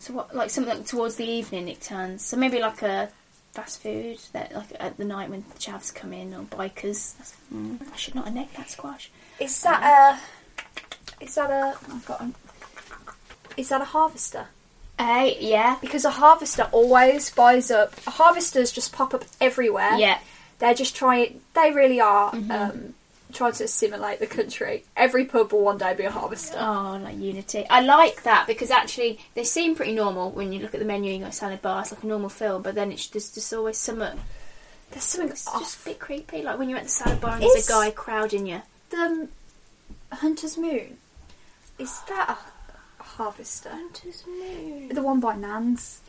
[SPEAKER 2] So what? Like something like towards the evening, it turns. So maybe like a fast food that like at the night when the chavs come in or bikers. That's, mm, I should not have necked that squash.
[SPEAKER 3] Is that a? Is that a? oh I've got. an- Is that a harvester?
[SPEAKER 2] Hey, yeah,
[SPEAKER 3] Because a harvester always buys up. Harvesters just pop up everywhere.
[SPEAKER 2] yeah.
[SPEAKER 3] They're just trying. They really are um, trying to assimilate the country. Every pub will one day be a harvester.
[SPEAKER 2] Oh, like Unity. I like that because actually they seem pretty normal when you look at the menu. You got a salad bar, it's like a normal film, but then it's just, just always something.
[SPEAKER 3] There's something
[SPEAKER 2] It's
[SPEAKER 3] off.
[SPEAKER 2] just a bit creepy, like when you're at the salad bar and there's
[SPEAKER 3] Is-
[SPEAKER 2] a guy crowding you.
[SPEAKER 3] the Hunter's Moon. Is that a, a harvester? The one by Nan's.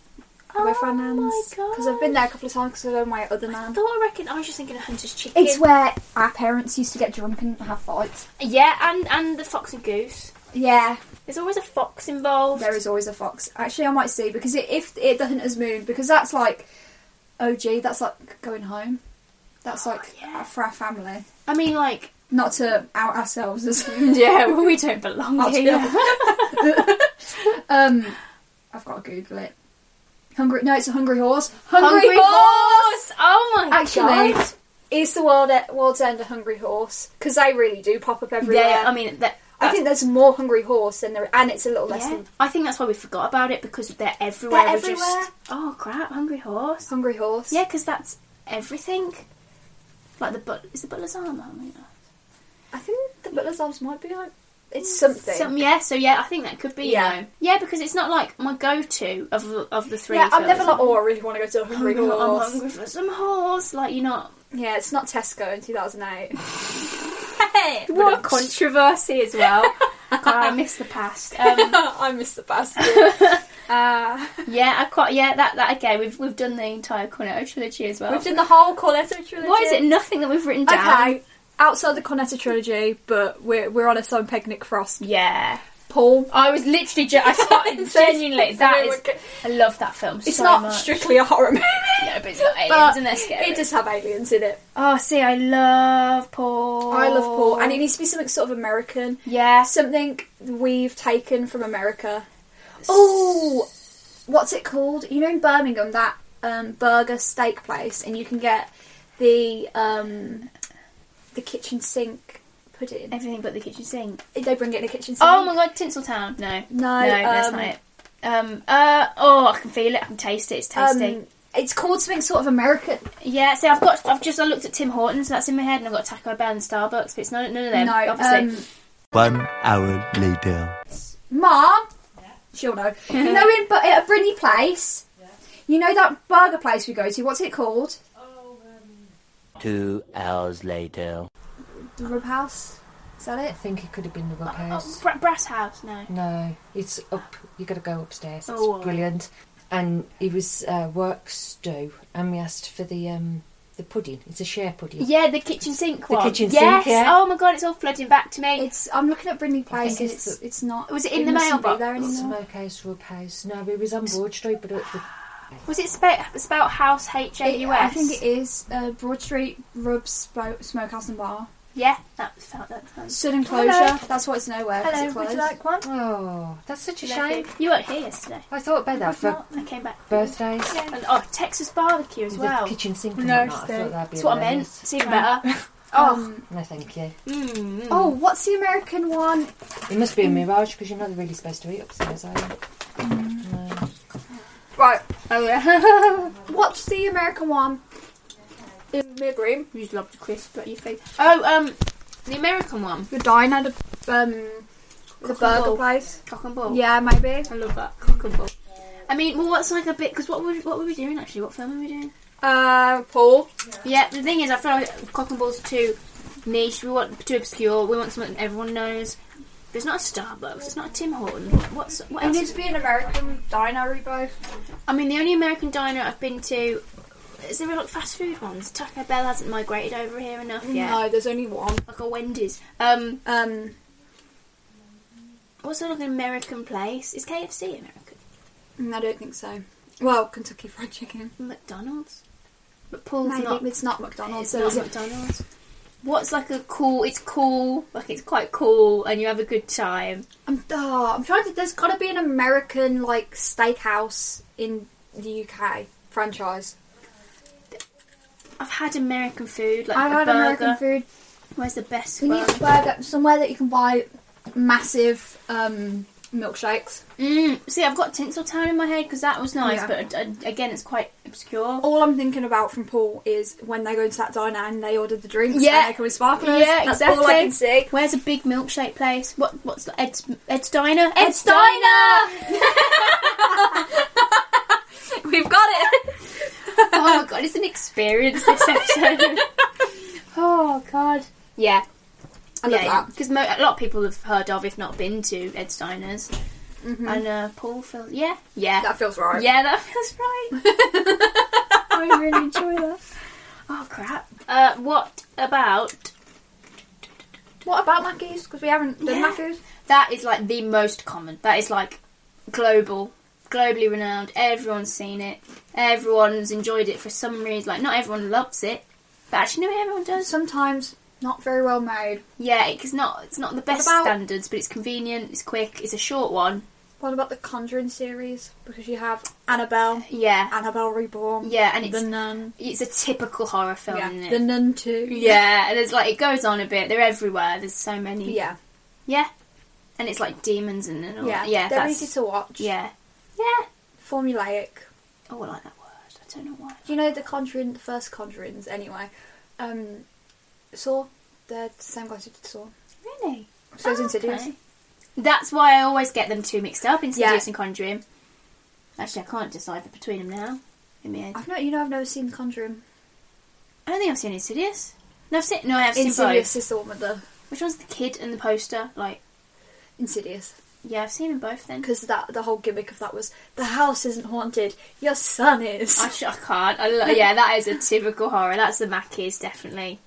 [SPEAKER 3] away from
[SPEAKER 2] Oh my
[SPEAKER 3] Nan's. Because I've been there a couple of times because I go with my other
[SPEAKER 2] I
[SPEAKER 3] Nan.
[SPEAKER 2] thought I reckon I was just thinking of Hunter's Chicken.
[SPEAKER 3] It's where our parents used to get drunk and have fights.
[SPEAKER 2] Yeah, and and the fox and goose.
[SPEAKER 3] Yeah,
[SPEAKER 2] There's always a fox involved.
[SPEAKER 3] there is always a fox. Actually, I might see because it, if it, the Hunter's Moon, because that's like OG, that's like going home. That's like
[SPEAKER 2] yeah.
[SPEAKER 3] for our family.
[SPEAKER 2] I mean, like
[SPEAKER 3] Not to out ourselves as
[SPEAKER 2] Yeah, well, we don't belong
[SPEAKER 3] I'll
[SPEAKER 2] here.
[SPEAKER 3] um, I've got to Google it. Hungry? No, it's a hungry horse.
[SPEAKER 2] Hungry, horse! Oh my
[SPEAKER 3] Actually,
[SPEAKER 2] god!
[SPEAKER 3] is the world e- world's end a hungry horse? Because they really do pop up everywhere.
[SPEAKER 2] Yeah, I mean, that,
[SPEAKER 3] I uh think there's more hungry horse than there, and it's a little less
[SPEAKER 2] yeah.
[SPEAKER 3] than
[SPEAKER 2] I think that's why we forgot about it because they're everywhere.
[SPEAKER 3] They're
[SPEAKER 2] We're just-
[SPEAKER 3] everywhere.
[SPEAKER 2] oh crap! Hungry horse.
[SPEAKER 3] hungry horse.
[SPEAKER 2] Yeah, because that's everything. Like the but is the butler's armor. I mean,
[SPEAKER 3] I think the butler's arms might be like it's something.
[SPEAKER 2] Some, yeah, so yeah, I think that could be. Yeah,
[SPEAKER 3] Yeah.
[SPEAKER 2] you know. yeah, because it's not like my go-to of of the three.
[SPEAKER 3] yeah, I'm
[SPEAKER 2] films.
[SPEAKER 3] never like, oh, I really want to go to a
[SPEAKER 2] I'm
[SPEAKER 3] hungry
[SPEAKER 2] hungry- I'm
[SPEAKER 3] horse.
[SPEAKER 2] hungry for some horse. Like you're not.
[SPEAKER 3] Yeah, it's not Tesco in 2008.
[SPEAKER 2] What a controversy as well. God, I miss the past. Um,
[SPEAKER 3] I miss the basket. uh,
[SPEAKER 2] yeah, I quite. Yeah, that that okay. We've we've done the entire Cornetto trilogy as well.
[SPEAKER 3] we've done the whole Cornetto trilogy.
[SPEAKER 2] Why is it nothing that we've written down?
[SPEAKER 3] Okay, outside the Cornetto trilogy, but we're we're on a song picnic frost.
[SPEAKER 2] Yeah.
[SPEAKER 3] Paul.
[SPEAKER 2] I was literally ge- I started genuinely that is I love that film
[SPEAKER 3] It's
[SPEAKER 2] so
[SPEAKER 3] not
[SPEAKER 2] much.
[SPEAKER 3] strictly a horror movie.
[SPEAKER 2] no, but it's not aliens
[SPEAKER 3] but
[SPEAKER 2] and they're scary.
[SPEAKER 3] It does have aliens in it.
[SPEAKER 2] oh, see, I love Paul.
[SPEAKER 3] I love Paul,
[SPEAKER 2] Oh.
[SPEAKER 3] and it needs to be something sort of American,
[SPEAKER 2] yeah,
[SPEAKER 3] something we've taken from America. Oh, what's it called? You know, in Birmingham, that um, burger steak place, and you can get the um, the kitchen sink pudding.
[SPEAKER 2] everything but the kitchen sink.
[SPEAKER 3] They bring it in the kitchen sink.
[SPEAKER 2] Oh my god, Tinseltown. No,
[SPEAKER 3] No,
[SPEAKER 2] no, that's
[SPEAKER 3] um,
[SPEAKER 2] not it. Um, uh, oh, I can feel it. I can taste it. It's tasty.
[SPEAKER 3] Um, it's called something sort of American.
[SPEAKER 2] yeah, see, I've got. I've just. I looked at Tim Hortons. That's in my head, and I've got Taco Bell and Starbucks, but it's not none of them.
[SPEAKER 3] no,
[SPEAKER 2] obviously.
[SPEAKER 3] um,
[SPEAKER 5] One hour later.
[SPEAKER 3] Mom, she'll know. You know, in but at Brittany Place, you know that burger place we go to. What's it called?
[SPEAKER 2] Oh, um,
[SPEAKER 5] Two hours later.
[SPEAKER 3] The Rub House. Is that
[SPEAKER 6] I
[SPEAKER 3] it?
[SPEAKER 6] think it could have been the rock
[SPEAKER 2] oh,
[SPEAKER 6] house.
[SPEAKER 2] Bra- Brass House. No.
[SPEAKER 6] No, it's up. You got to go upstairs. It's
[SPEAKER 2] Oh, wow.
[SPEAKER 6] brilliant. And it was uh, work stew, and we asked for the um the pudding. It's a share pudding.
[SPEAKER 2] Yeah, the kitchen sink
[SPEAKER 6] The
[SPEAKER 2] one.
[SPEAKER 6] kitchen sink,
[SPEAKER 2] yes.
[SPEAKER 6] yeah.
[SPEAKER 2] Oh my god, it's all flooding back to me.
[SPEAKER 3] It's. I'm looking at Brittany Place, and
[SPEAKER 6] it's
[SPEAKER 3] it's. It's, not.
[SPEAKER 2] Was it in the
[SPEAKER 3] mustn't be
[SPEAKER 2] mailbox?
[SPEAKER 3] There anymore.
[SPEAKER 6] Smokehouse, rub house. No, it was on Broad Street, but it, the,
[SPEAKER 2] Was it spelled, spelled House H A
[SPEAKER 3] It,
[SPEAKER 2] U S?
[SPEAKER 3] I think it is uh, Broad Street Rub Spo- Smokehouse and Bar.
[SPEAKER 2] Yeah, that was felt that sounds.
[SPEAKER 3] Sudden closure. That's what it's nowhere. 'cause it closed.
[SPEAKER 2] one?
[SPEAKER 6] oh, that's such a shame.
[SPEAKER 2] You weren't here yesterday.
[SPEAKER 6] I thought about that for
[SPEAKER 2] I came back.
[SPEAKER 6] birthdays,
[SPEAKER 2] And, oh, Texas barbecue as
[SPEAKER 6] the
[SPEAKER 2] well.
[SPEAKER 6] kitchen sink, and
[SPEAKER 3] No,
[SPEAKER 6] whatnot. I
[SPEAKER 3] stay.
[SPEAKER 6] thought that'd be
[SPEAKER 2] That's what I meant.
[SPEAKER 6] hilarious.
[SPEAKER 2] It's even better. oh,
[SPEAKER 3] Um,
[SPEAKER 6] No, thank you.
[SPEAKER 2] Mm.
[SPEAKER 3] Oh, what's the American one?
[SPEAKER 6] It must be a mirage because you're not really supposed to eat upstairs, are you?
[SPEAKER 3] Right. Oh what's the American one? In Midrim.
[SPEAKER 2] You just love the crisp at your face. Oh, um, the American one,
[SPEAKER 3] You're dying at a, um, the burger
[SPEAKER 2] ball.
[SPEAKER 3] place.
[SPEAKER 2] cock and bull.
[SPEAKER 3] Yeah, maybe.
[SPEAKER 2] I love that cock and bull. I mean, well, what's like a bit? Because what were what were we doing actually? What film were we doing?
[SPEAKER 3] Uh, Paul.
[SPEAKER 2] Yeah, the thing is, I feel like cock and balls are too niche. We want too obscure. We want something everyone knows. There's not a Starbucks. It's not a Tim Hortons. What's what
[SPEAKER 3] It
[SPEAKER 2] else?
[SPEAKER 3] needs
[SPEAKER 2] Is,
[SPEAKER 3] to be an American diner both.
[SPEAKER 2] I mean, the only American diner I've been to is there like fast food ones. Taco Bell hasn't migrated over here enough yet.
[SPEAKER 3] Mm, No, there's only one.
[SPEAKER 2] Like a Wendy's. Um,
[SPEAKER 3] Um,
[SPEAKER 2] what's like an American place? Is KFC American?
[SPEAKER 3] mm, I don't think so. Well, Kentucky Fried Chicken.
[SPEAKER 2] McDonald's? But Paul's
[SPEAKER 3] Maybe
[SPEAKER 2] not.
[SPEAKER 3] it's not McDonald's,
[SPEAKER 2] It's
[SPEAKER 3] so
[SPEAKER 2] not
[SPEAKER 3] is it?
[SPEAKER 2] McDonald's. What's like a cool? It's cool. Like it's quite cool, and you have a good time.
[SPEAKER 3] I'm, oh, I'm trying to. There's got to be an American like steakhouse in the UK franchise.
[SPEAKER 2] I've had American food, like
[SPEAKER 3] I've
[SPEAKER 2] a
[SPEAKER 3] had
[SPEAKER 2] burger.
[SPEAKER 3] American food.
[SPEAKER 2] Where's the best
[SPEAKER 3] We
[SPEAKER 2] one?
[SPEAKER 3] need a burger somewhere that you can buy massive um, milkshakes.
[SPEAKER 2] Mm, see, I've got Tinseltown in my head because that was nice,
[SPEAKER 3] Yeah.
[SPEAKER 2] but uh, again, it's quite obscure.
[SPEAKER 3] All I'm thinking about from Paul is when they go into that diner and they order the drinks
[SPEAKER 2] Yeah.
[SPEAKER 3] and they come with sparklers.
[SPEAKER 2] Yeah,
[SPEAKER 3] That's
[SPEAKER 2] exactly.
[SPEAKER 3] all I can see.
[SPEAKER 2] Where's a big milkshake place? What? What's the- Ed's Ed's Diner?
[SPEAKER 3] Ed's Diner! We've got it!
[SPEAKER 2] oh my god, it's an experience this episode. oh god. Yeah.
[SPEAKER 3] I love that.
[SPEAKER 2] Because mo- a lot of people have heard of, if not been to, Ed Steiner's. And uh, Paul feels, yeah, yeah,
[SPEAKER 3] That feels Mm-hmm. right.
[SPEAKER 2] yeah, that feels right. I really enjoy that. Oh crap! Uh, what about
[SPEAKER 3] What about Mackey's? Because we haven't done
[SPEAKER 2] Yeah.
[SPEAKER 3] Mackey's.
[SPEAKER 2] that? Is like the most common. That is like global, globally renowned. Everyone's seen it. Everyone's enjoyed it for some reason. Like not everyone loves it, but actually, no, everyone does.
[SPEAKER 3] Sometimes Not very well made.
[SPEAKER 2] Yeah, it's not it's not the best
[SPEAKER 3] about-
[SPEAKER 2] standards, but it's convenient, it's quick, it's a short one.
[SPEAKER 3] What about the Conjuring series? Because you have Annabelle,
[SPEAKER 2] Yeah,
[SPEAKER 3] Annabelle Reborn,
[SPEAKER 2] yeah, and it's
[SPEAKER 3] The Nun,
[SPEAKER 2] it's a typical horror film.
[SPEAKER 3] yeah,
[SPEAKER 2] isn't it?
[SPEAKER 3] The Nun Two,
[SPEAKER 2] Yeah, and it's like it goes on a bit. They're everywhere. There's so many.
[SPEAKER 3] yeah,
[SPEAKER 2] yeah, and it's like demons and, and all.
[SPEAKER 3] yeah.
[SPEAKER 2] that. yeah,
[SPEAKER 3] They're
[SPEAKER 2] that's,
[SPEAKER 3] easy to watch.
[SPEAKER 2] yeah, yeah.
[SPEAKER 3] formulaic.
[SPEAKER 2] Oh, I like that word. I don't know why.
[SPEAKER 3] You know the Conjuring, the first Conjurings, anyway. Um, Saw, they're the same guys who did Saw.
[SPEAKER 2] Really?
[SPEAKER 3] So is
[SPEAKER 2] Oh,
[SPEAKER 3] Insidious.
[SPEAKER 2] okay. That's why I always get them two mixed up, Insidious
[SPEAKER 3] Yeah.
[SPEAKER 2] and Conjuring. Actually, I can't decipher between them now. In my head.
[SPEAKER 3] I've not, you know, I've never seen the Conjuring.
[SPEAKER 2] I don't think I've seen Insidious. No, I've seen. No, I've seen
[SPEAKER 3] Insidious is the one with the
[SPEAKER 2] both. Which one's the kid and the poster? Like,
[SPEAKER 3] Insidious,
[SPEAKER 2] yeah, I've seen them both. Then
[SPEAKER 3] because that the whole gimmick of that was the house isn't haunted, your son is.
[SPEAKER 2] I, sh- I can't. I lo- yeah, that is a typical horror. That's the Mackies, definitely.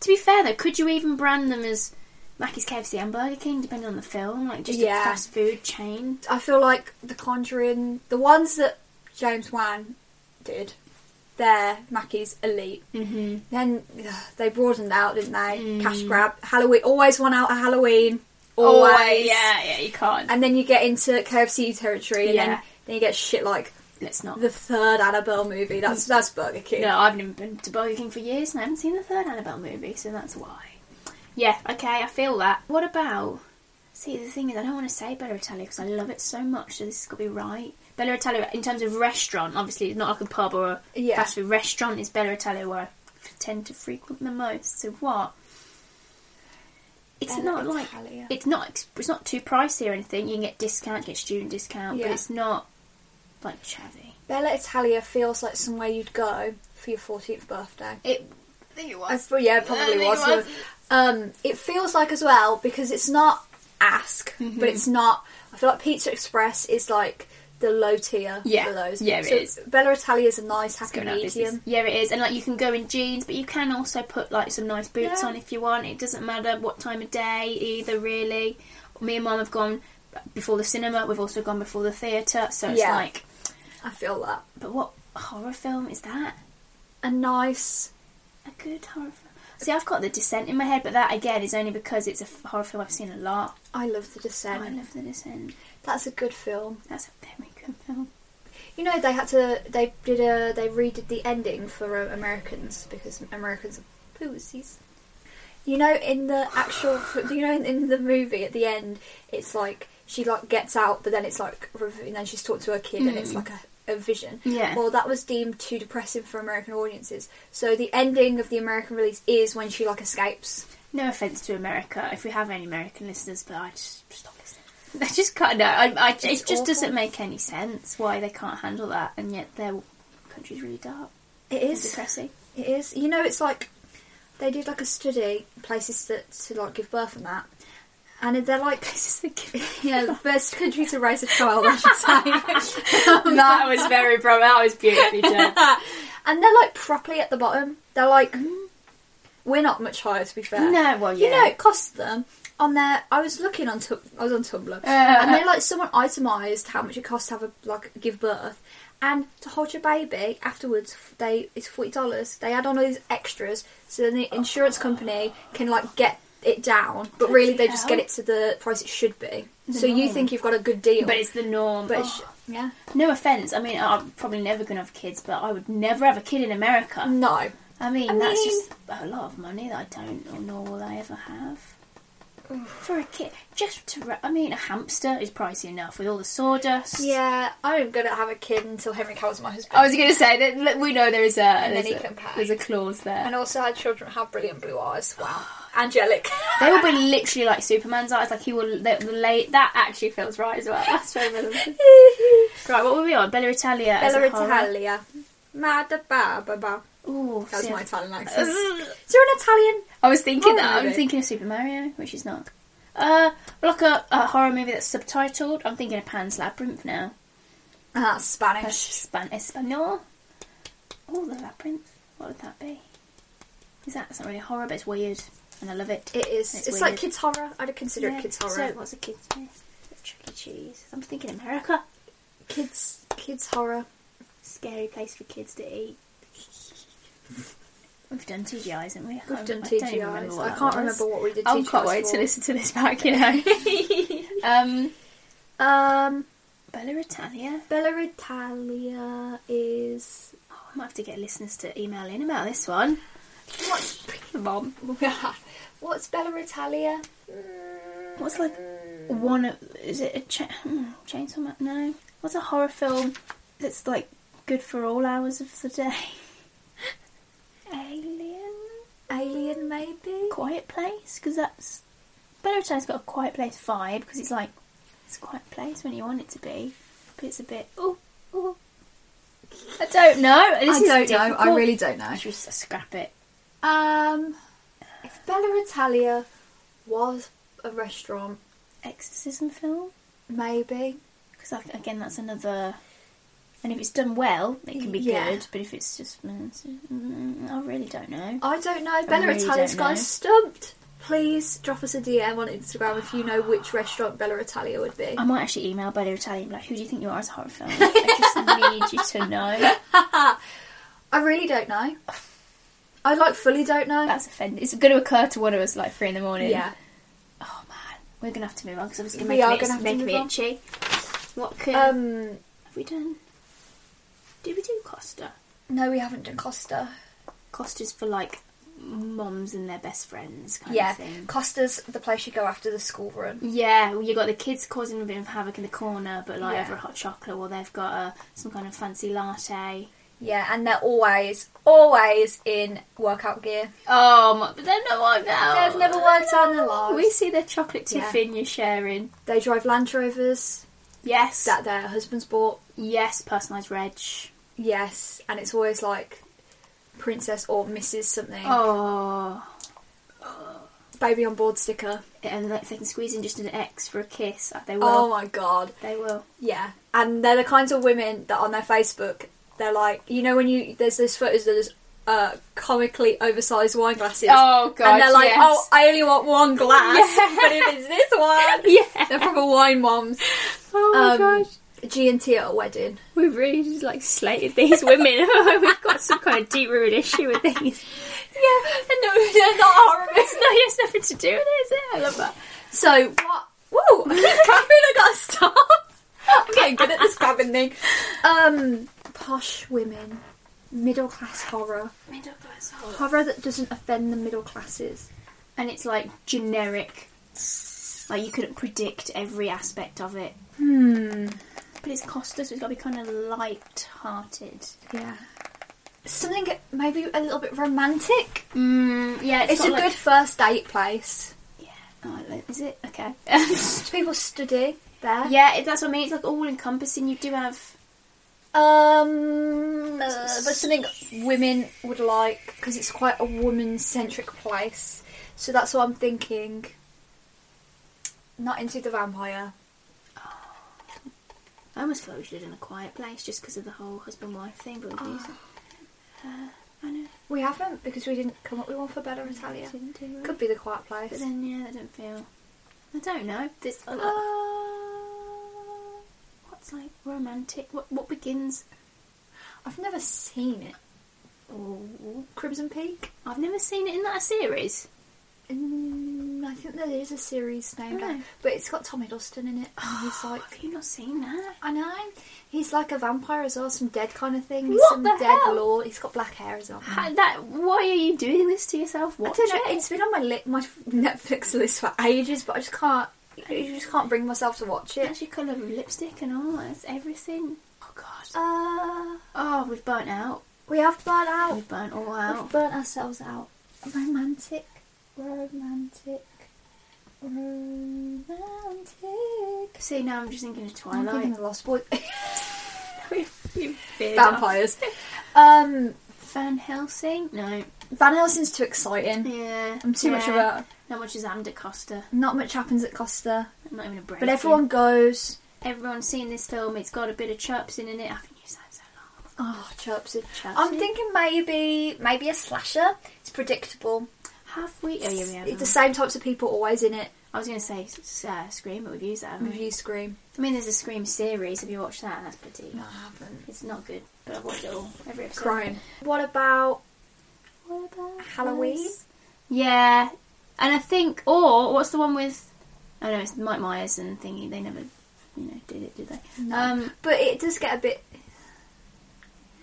[SPEAKER 2] To be fair, though, could you even brand them as Mackey's KFC and Burger King, depending on the film? Like, just a
[SPEAKER 3] Yeah.
[SPEAKER 2] fast food chain?
[SPEAKER 3] I feel like the Conjuring, the ones that James Wan did, they're Mackie's elite.
[SPEAKER 2] Mm-hmm. Mm.
[SPEAKER 3] Then ugh, they broadened out, didn't they? Cash grab, Halloween, always one out at Halloween, always.
[SPEAKER 2] Oh, yeah, yeah, you can't.
[SPEAKER 3] And then you get into KFC territory, and
[SPEAKER 2] Yeah.
[SPEAKER 3] then, then you get shit like
[SPEAKER 2] Let's not.
[SPEAKER 3] the third Annabelle movie. That's that's Burger King.
[SPEAKER 2] No, I've never been to Burger King for years and I haven't seen the third Annabelle movie, so that's why. Yeah, okay, I feel that. What about. See, the thing is, I don't want to say Bella Italia because I love it so much, so this has got to be right. Bella Italia, in terms of restaurant, obviously, it's not like a pub or a
[SPEAKER 3] Yeah.
[SPEAKER 2] fast food restaurant, it's Bella Italia where I f- tend to frequent the most. So what? It's
[SPEAKER 3] Bella
[SPEAKER 2] not like.
[SPEAKER 3] Italia.
[SPEAKER 2] It's not ex- it's not too pricey or anything. You can get discount, get student discount, but
[SPEAKER 3] Yeah.
[SPEAKER 2] it's not like chavvy.
[SPEAKER 3] Bella Italia feels like somewhere you'd go for your 14th birthday.
[SPEAKER 2] It. I think it
[SPEAKER 3] I feel- yeah, it probably
[SPEAKER 2] think it
[SPEAKER 3] was.
[SPEAKER 2] was.
[SPEAKER 3] Um, it feels like as well because it's not ask,
[SPEAKER 2] Mm-hmm.
[SPEAKER 3] but it's not. I feel like Pizza Express is like the low tier
[SPEAKER 2] Yeah.
[SPEAKER 3] for those.
[SPEAKER 2] Yeah, it
[SPEAKER 3] so
[SPEAKER 2] is.
[SPEAKER 3] Bella Italia is a nice happy
[SPEAKER 2] going out of business.
[SPEAKER 3] medium.
[SPEAKER 2] Yeah, it is, and like you can go in jeans, but you can also put like some nice boots
[SPEAKER 3] Yeah.
[SPEAKER 2] on if you want. It doesn't matter what time of day either, really. Me and mum have gone before the cinema. We've also gone before the theatre, so it's
[SPEAKER 3] Yeah.
[SPEAKER 2] like,
[SPEAKER 3] I feel that
[SPEAKER 2] but what horror film is that?
[SPEAKER 3] a nice.
[SPEAKER 2] A good horror film. See, I've got The Descent in my head, but that again is only because it's a f- horror film I've seen a lot. Oh,
[SPEAKER 3] I love the
[SPEAKER 2] I
[SPEAKER 3] descent.
[SPEAKER 2] love The Descent.
[SPEAKER 3] That's a good film.
[SPEAKER 2] That's a very good film.
[SPEAKER 3] You know they had to. They did a. They redid the ending for uh, Americans because Americans are pussies. You know, in the actual. You know, in, in the movie at the end, it's like she like gets out, but then it's like, rev- and then she's talked to her kid, and it's like a, a vision.
[SPEAKER 2] Yeah.
[SPEAKER 3] Well, that was deemed too depressing for American audiences, so the ending of the American release is when she like escapes.
[SPEAKER 2] No offense to America, if we have any American listeners, but I just stop listening. I just can't. No, I, I, it just
[SPEAKER 3] awful.
[SPEAKER 2] doesn't make any sense why they can't handle that, and yet their country's really dark.
[SPEAKER 3] It
[SPEAKER 2] It's
[SPEAKER 3] is.
[SPEAKER 2] depressing.
[SPEAKER 3] It is. You know, it's like they did like a study places that to like give birth and that, and they're like
[SPEAKER 2] This is the
[SPEAKER 3] Yeah, the best country to raise a child, I should say.
[SPEAKER 2] that was very bro. That was beautifully done.
[SPEAKER 3] and they're like properly at the bottom. They're like, we're not much higher, to be fair.
[SPEAKER 2] No, well,
[SPEAKER 3] You know,
[SPEAKER 2] yeah.
[SPEAKER 3] it cost them on their. I was looking on. Tu- I was on Tumblr, and they like someone itemised how much it costs to have a like give birth, and to hold your baby afterwards. f- They it's forty dollars. They add on all these extras, so then the insurance company can like get it down, but really they just get it to the price it should be. So you think you've got a good deal,
[SPEAKER 2] But it's the norm.
[SPEAKER 3] but
[SPEAKER 2] Oh,
[SPEAKER 3] it's, yeah,
[SPEAKER 2] no offense. I mean, I'm probably never gonna have kids, but I would never have a kid in America.
[SPEAKER 3] no.
[SPEAKER 2] Mm. I mean,
[SPEAKER 3] I
[SPEAKER 2] that's
[SPEAKER 3] mean-
[SPEAKER 2] just a lot of money that I don't or nor will I ever have. For a kid, just to, ra- I mean, a hamster is pricey enough with all the sawdust.
[SPEAKER 3] Yeah, I'm gonna have a kid until Henry Cowell's my husband.
[SPEAKER 2] I was going to say that look, we know there is a
[SPEAKER 3] then
[SPEAKER 2] there's,
[SPEAKER 3] he
[SPEAKER 2] a
[SPEAKER 3] can pay.
[SPEAKER 2] there's a clause
[SPEAKER 3] and
[SPEAKER 2] there.
[SPEAKER 3] also her children have brilliant blue eyes. Wow, angelic.
[SPEAKER 2] They will be literally like Superman's eyes. Like he will the, the late that actually feels right as well. That's very relevant. right. What were we on? Bella Italia. as
[SPEAKER 3] Bella
[SPEAKER 2] a horror.
[SPEAKER 3] Italia. Mada ba ba ba.
[SPEAKER 2] Ooh,
[SPEAKER 3] That was
[SPEAKER 2] see,
[SPEAKER 3] my
[SPEAKER 2] I-
[SPEAKER 3] Italian accent. Is there an Italian?
[SPEAKER 2] I was thinking
[SPEAKER 3] Horror
[SPEAKER 2] that. I was
[SPEAKER 3] movie.
[SPEAKER 2] thinking of Super Mario, which is not. Uh, like a, a horror movie that's subtitled. I'm thinking of Pan's Labyrinth now.
[SPEAKER 3] Ah, that's
[SPEAKER 2] That's
[SPEAKER 3] Spanish.
[SPEAKER 2] Span- Espanol. Oh, the labyrinth. What would that be? Is that it's not really horror, but it's weird, and I love it.
[SPEAKER 3] It is.
[SPEAKER 2] It's
[SPEAKER 3] It's, like
[SPEAKER 2] weird.
[SPEAKER 3] kids horror. I'd consider
[SPEAKER 2] Yeah,
[SPEAKER 3] it kids
[SPEAKER 2] So,
[SPEAKER 3] horror.
[SPEAKER 2] what's a kids' movie? Chuck E. Cheese. I'm thinking America.
[SPEAKER 3] kids, kids horror.
[SPEAKER 2] Scary place for kids to eat. We've done TGIs, haven't we? I
[SPEAKER 3] We've
[SPEAKER 2] can't
[SPEAKER 3] done
[SPEAKER 2] remember- I don't even
[SPEAKER 3] TGIs.
[SPEAKER 2] remember
[SPEAKER 3] I,
[SPEAKER 2] what that
[SPEAKER 3] can't
[SPEAKER 2] was.
[SPEAKER 3] remember what we did.
[SPEAKER 2] I can't
[SPEAKER 3] TGIs
[SPEAKER 2] wait to
[SPEAKER 3] for.
[SPEAKER 2] listen to this back, you know. um,
[SPEAKER 3] Um,
[SPEAKER 2] Bella Britannia.
[SPEAKER 3] Bella Italia is.
[SPEAKER 2] Oh, I might have to get listeners to email in about this one.
[SPEAKER 3] What?
[SPEAKER 2] Mom.
[SPEAKER 3] What's Bella Italia?
[SPEAKER 2] What's like one of. Is it a cha- hmm, Chainsaw Man? No. What's a horror film that's like good for all hours of the day? Alien?
[SPEAKER 3] Alien, maybe.
[SPEAKER 2] Quiet Place? Because that's. Bella Britannia's got a Quiet Place vibe because it's like. It's a quiet place when you want it to be. But it's a bit. Oh, oh. I don't know. This is difficult.
[SPEAKER 3] don't know.
[SPEAKER 2] I should just scrap it.
[SPEAKER 3] Um, if Bella Italia was a restaurant,
[SPEAKER 2] Exorcism film?
[SPEAKER 3] maybe.
[SPEAKER 2] Because again, that's another. And if it's done well, it can be
[SPEAKER 3] Yeah.
[SPEAKER 2] good. But if it's just, mm, it's- mm, I really don't know.
[SPEAKER 3] I don't know. Bella
[SPEAKER 2] really
[SPEAKER 3] Italia's
[SPEAKER 2] don't
[SPEAKER 3] got
[SPEAKER 2] know.
[SPEAKER 3] us stumped. Please drop us a DM on Instagram if you know which restaurant Bella Italia would be.
[SPEAKER 2] I might actually email Bella Italian like, "Who do you think you are as a horror film?" I just need you to know.
[SPEAKER 3] I really don't know. I like fully don't know.
[SPEAKER 2] That's offended. It's going to occur to one of us like three in the morning.
[SPEAKER 3] yeah.
[SPEAKER 2] Oh man, we're going to have to move on because obviously
[SPEAKER 3] We
[SPEAKER 2] making
[SPEAKER 3] are
[SPEAKER 2] it-
[SPEAKER 3] gonna have to
[SPEAKER 2] making
[SPEAKER 3] move
[SPEAKER 2] me
[SPEAKER 3] on.
[SPEAKER 2] itchy. What could
[SPEAKER 3] Um.
[SPEAKER 2] have we done? Did we do Costa?
[SPEAKER 3] No, we haven't done Costa.
[SPEAKER 2] Costa's for like moms and their best friends kind
[SPEAKER 3] Yeah,
[SPEAKER 2] of thing.
[SPEAKER 3] Costa's the place you go after the school run.
[SPEAKER 2] Yeah, well, you got the kids causing a bit of havoc in the corner, but like
[SPEAKER 3] Yeah.
[SPEAKER 2] over a hot chocolate, or they've got a, some kind of fancy latte.
[SPEAKER 3] Yeah, and they're always, always in workout gear.
[SPEAKER 2] Oh, my, but they're not worked out.
[SPEAKER 3] They've never worked out in their lives.
[SPEAKER 2] Oh. We see their chocolate
[SPEAKER 3] Oh, Yeah.
[SPEAKER 2] tiffin you're sharing.
[SPEAKER 3] They drive Land Rovers
[SPEAKER 2] Yes,
[SPEAKER 3] that their husbands bought.
[SPEAKER 2] yes, personalised reg.
[SPEAKER 3] Yes, and it's always like Princess or Mrs. something.
[SPEAKER 2] Oh,
[SPEAKER 3] Baby on board sticker.
[SPEAKER 2] and if they can squeeze in just an X for a kiss, Ah, they will.
[SPEAKER 3] Oh my god.
[SPEAKER 2] They will.
[SPEAKER 3] Yeah, and they're the kinds of women that on their Facebook, they're like, you know, when you there's those photos that is uh, comically oversized wine glasses.
[SPEAKER 2] Oh, God,
[SPEAKER 3] And they're like,
[SPEAKER 2] yes.
[SPEAKER 3] oh, I only want one glass, but if it's this one,
[SPEAKER 2] Yeah.
[SPEAKER 3] they're proper wine moms.
[SPEAKER 2] Oh
[SPEAKER 3] Um, G and T at a wedding.
[SPEAKER 2] we've really just like slated these women. we've got some kind of deep-rooted issue with these.
[SPEAKER 3] Yeah, and no, they're not horrible.
[SPEAKER 2] It's no, it has nothing to do with it, is it? I love that.
[SPEAKER 3] So what? Whoa! I keep clapping. I gotta stop. I'm getting good at this clapping thing. Um, posh women, middle class horror,
[SPEAKER 2] Middle class horror.
[SPEAKER 3] horror that doesn't offend the middle classes.
[SPEAKER 2] and it's like generic. Like you couldn't predict every aspect of it.
[SPEAKER 3] Hmm.
[SPEAKER 2] But it's Costa, so it's got to be kind of light-hearted.
[SPEAKER 3] Yeah. Something maybe a little bit romantic.
[SPEAKER 2] Mm, yeah,
[SPEAKER 3] It's,
[SPEAKER 2] got,
[SPEAKER 3] a
[SPEAKER 2] like-
[SPEAKER 3] good first date place.
[SPEAKER 2] Oh, I like- is it okay?
[SPEAKER 3] People study there.
[SPEAKER 2] yeah, it, that's what I mean. It's like all-encompassing. You do have
[SPEAKER 3] Um, but something women would like because it's quite a woman-centric place. So that's what I'm thinking. Not into the vampire.
[SPEAKER 2] I almost thought we should have done a quiet place just because of the whole husband-wife thing, but we didn't- Uh,
[SPEAKER 3] We haven't because we didn't come up with one for Bella Italia.
[SPEAKER 2] didn't do it.
[SPEAKER 3] Could be the Quiet Place.
[SPEAKER 2] But then, yeah, I don't feel. I don't know. This I like-
[SPEAKER 3] Uh,
[SPEAKER 2] what's like romantic. What what begins?
[SPEAKER 3] I've never seen it.
[SPEAKER 2] Oh,
[SPEAKER 3] Crimson Peak.
[SPEAKER 2] I've never seen it in that series.
[SPEAKER 3] Mm, I think there is a series named,
[SPEAKER 2] Oh.
[SPEAKER 3] that- but it's got Tom Hiddleston in it. And he's like,
[SPEAKER 2] Have you not seen that?
[SPEAKER 3] I know. He's like a vampire as well, some dead kind of thing. He's
[SPEAKER 2] What
[SPEAKER 3] some
[SPEAKER 2] the
[SPEAKER 3] dead
[SPEAKER 2] hell?
[SPEAKER 3] lord. He's got black hair as well.
[SPEAKER 2] How- that why are you doing this to yourself?
[SPEAKER 3] Hmm. I
[SPEAKER 2] Watch
[SPEAKER 3] don't know.
[SPEAKER 2] it.
[SPEAKER 3] It's been on my li- my Netflix list for ages, but I just can't. I just can't bring myself to watch it.
[SPEAKER 2] That's your colour of lipstick and all. That's everything. Oh god.
[SPEAKER 3] Uh,
[SPEAKER 2] Oh, we've burnt out.
[SPEAKER 3] we have burnt out.
[SPEAKER 2] We've burnt all
[SPEAKER 3] We've
[SPEAKER 2] out.
[SPEAKER 3] burnt ourselves out. Romantic, romantic, romantic.
[SPEAKER 2] See, now I'm just thinking of
[SPEAKER 3] I'm thinking
[SPEAKER 2] Twilight.
[SPEAKER 3] the Lost Boys.
[SPEAKER 2] You've veered off.
[SPEAKER 3] Vampires. Um,
[SPEAKER 2] Van Helsing? No.
[SPEAKER 3] Van Helsing's too exciting.
[SPEAKER 2] Yeah.
[SPEAKER 3] I'm too much of
[SPEAKER 2] yeah.
[SPEAKER 3] a.
[SPEAKER 2] Not much is Amda Costa.
[SPEAKER 3] Not much happens at Costa,
[SPEAKER 2] Not even a break.
[SPEAKER 3] but everyone goes.
[SPEAKER 2] Everyone's seen this film. It's got a bit of chirpsing in it. I haven't used that so long.
[SPEAKER 3] Oh, chirps it.
[SPEAKER 2] Chirps
[SPEAKER 3] I'm
[SPEAKER 2] it.
[SPEAKER 3] thinking maybe maybe a slasher. It's predictable.
[SPEAKER 2] Have we? Oh, yeah, we have.
[SPEAKER 3] It's the
[SPEAKER 2] haven't
[SPEAKER 3] same types of people always in it.
[SPEAKER 2] we? I was going to say s- uh, Scream, but we've used that. haven't we?
[SPEAKER 3] Review scream.
[SPEAKER 2] I mean, there's a Scream series. Have you watched that? And that's
[SPEAKER 3] Mm-hmm.
[SPEAKER 2] pretty.
[SPEAKER 3] haven't.
[SPEAKER 2] It's not good, but I've watched it all. Every episode.
[SPEAKER 3] Crying. What about
[SPEAKER 2] What about
[SPEAKER 3] Halloween?
[SPEAKER 2] us? Yeah, and I think or what's the one with? I don't know it's Mike Myers and thingy. They never, you know, did it, did they? Um,
[SPEAKER 3] But it does get a bit.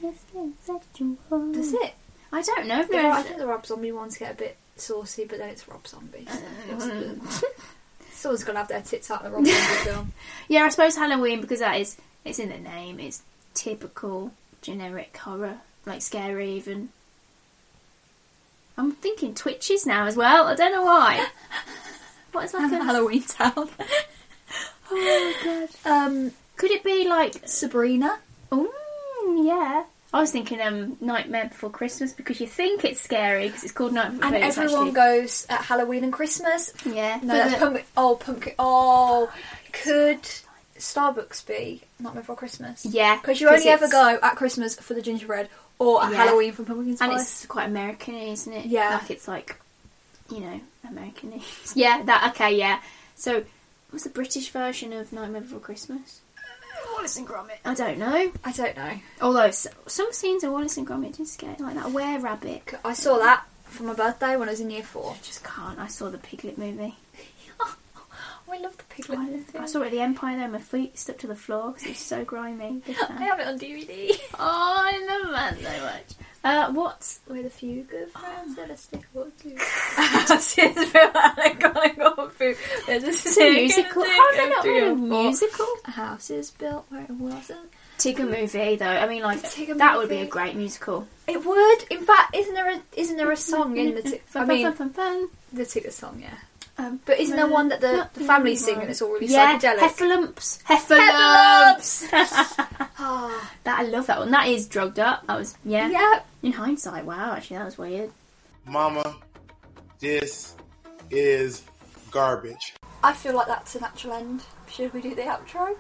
[SPEAKER 3] Does
[SPEAKER 2] Mm.
[SPEAKER 3] it?
[SPEAKER 2] I don't know.
[SPEAKER 3] The- I think the Rob Zombie ones get a bit saucy, but then it's Rob Zombie. so what's the- Someone's gonna have their tits out in the Rob Zombie film.
[SPEAKER 2] Yeah, I suppose Halloween because that is it's in the name. It's typical generic horror, like scary even. I'm thinking twitches now as well. I don't know why. What is like a
[SPEAKER 3] Halloween Town.
[SPEAKER 2] oh god?
[SPEAKER 3] Um,
[SPEAKER 2] Could it be like?
[SPEAKER 3] Sabrina.
[SPEAKER 2] Oh yeah. I was thinking um Nightmare Before Christmas because you think it's scary because it's called Nightmare.
[SPEAKER 3] And
[SPEAKER 2] but it's
[SPEAKER 3] everyone
[SPEAKER 2] actually-
[SPEAKER 3] goes at Halloween and Christmas.
[SPEAKER 2] Yeah.
[SPEAKER 3] No,
[SPEAKER 2] for
[SPEAKER 3] that's
[SPEAKER 2] the-
[SPEAKER 3] pumpkin. Oh, pumpkin. Oh, could Starbucks be not before Christmas?
[SPEAKER 2] yeah.
[SPEAKER 3] Because you only ever
[SPEAKER 2] it's-
[SPEAKER 3] go at Christmas for the gingerbread or at
[SPEAKER 2] Yeah.
[SPEAKER 3] Halloween for pumpkin
[SPEAKER 2] And
[SPEAKER 3] spice.
[SPEAKER 2] it's quite American, isn't it?
[SPEAKER 3] Yeah.
[SPEAKER 2] Like it's like, you know, American. yeah, that, okay, yeah. So, what's the British version of Nightmare Before Christmas?
[SPEAKER 3] Uh,
[SPEAKER 2] Wallace and Gromit. I don't know.
[SPEAKER 3] I don't know.
[SPEAKER 2] Although, s some scenes of Wallace and Gromit did scare like that were rabbit.
[SPEAKER 3] I saw that for my birthday when I was in year four.
[SPEAKER 2] I just can't. I saw the Piglet movie.
[SPEAKER 3] Oh, I love the
[SPEAKER 2] I,
[SPEAKER 3] piglet.
[SPEAKER 2] love it. I saw it at the Empire though, my feet stuck to the floor because it was so grimy. Big
[SPEAKER 3] I
[SPEAKER 2] fan.
[SPEAKER 3] have it on DVD.
[SPEAKER 2] oh, I love that so much. Uh, what's
[SPEAKER 3] With a few good friends and a stick or two. I've seen the film and I've gone food. This is
[SPEAKER 2] the musical? How have I not heard of musical?
[SPEAKER 3] A house is built where it wasn't.
[SPEAKER 2] Tigger movie though. I mean, like
[SPEAKER 3] The Tigger
[SPEAKER 2] that would be
[SPEAKER 3] movie.
[SPEAKER 2] a great musical.
[SPEAKER 3] It would. In fact, isn't there a isn't there a song in the? T- I
[SPEAKER 2] Fun, fun,
[SPEAKER 3] mean,
[SPEAKER 2] fun, fun, fun.
[SPEAKER 3] the Tigger song, yeah.
[SPEAKER 2] Um,
[SPEAKER 3] But isn't there one that the,
[SPEAKER 2] not
[SPEAKER 3] the family
[SPEAKER 2] really
[SPEAKER 3] sing
[SPEAKER 2] one.
[SPEAKER 3] and it's all really
[SPEAKER 2] yeah,
[SPEAKER 3] psychedelic?
[SPEAKER 2] Heffalumps. Heffalumps.
[SPEAKER 3] Ah,
[SPEAKER 2] that I love that one. That is drugged up. That was yeah.
[SPEAKER 3] yeah.
[SPEAKER 2] In hindsight, wow, actually that was weird.
[SPEAKER 7] Mama, this is garbage.
[SPEAKER 3] I feel like that's a natural end. Should we do the outro?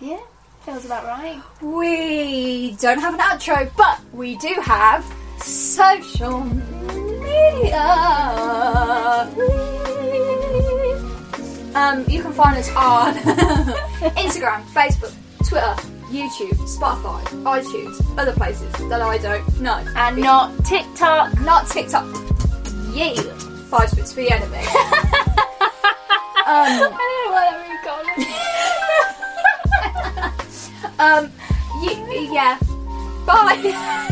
[SPEAKER 2] Yeah, feels about right.
[SPEAKER 3] We don't have an outro, but we do have social media. Um, you can find us on Instagram, Facebook, Twitter, YouTube, Spotify, iTunes, other places that I don't know.
[SPEAKER 2] And not TikTok.
[SPEAKER 3] Not TikTok.
[SPEAKER 2] Yeah.
[SPEAKER 3] Five Spits for the Enemy. um,
[SPEAKER 2] I don't know what we
[SPEAKER 3] um, y- yeah. Bye.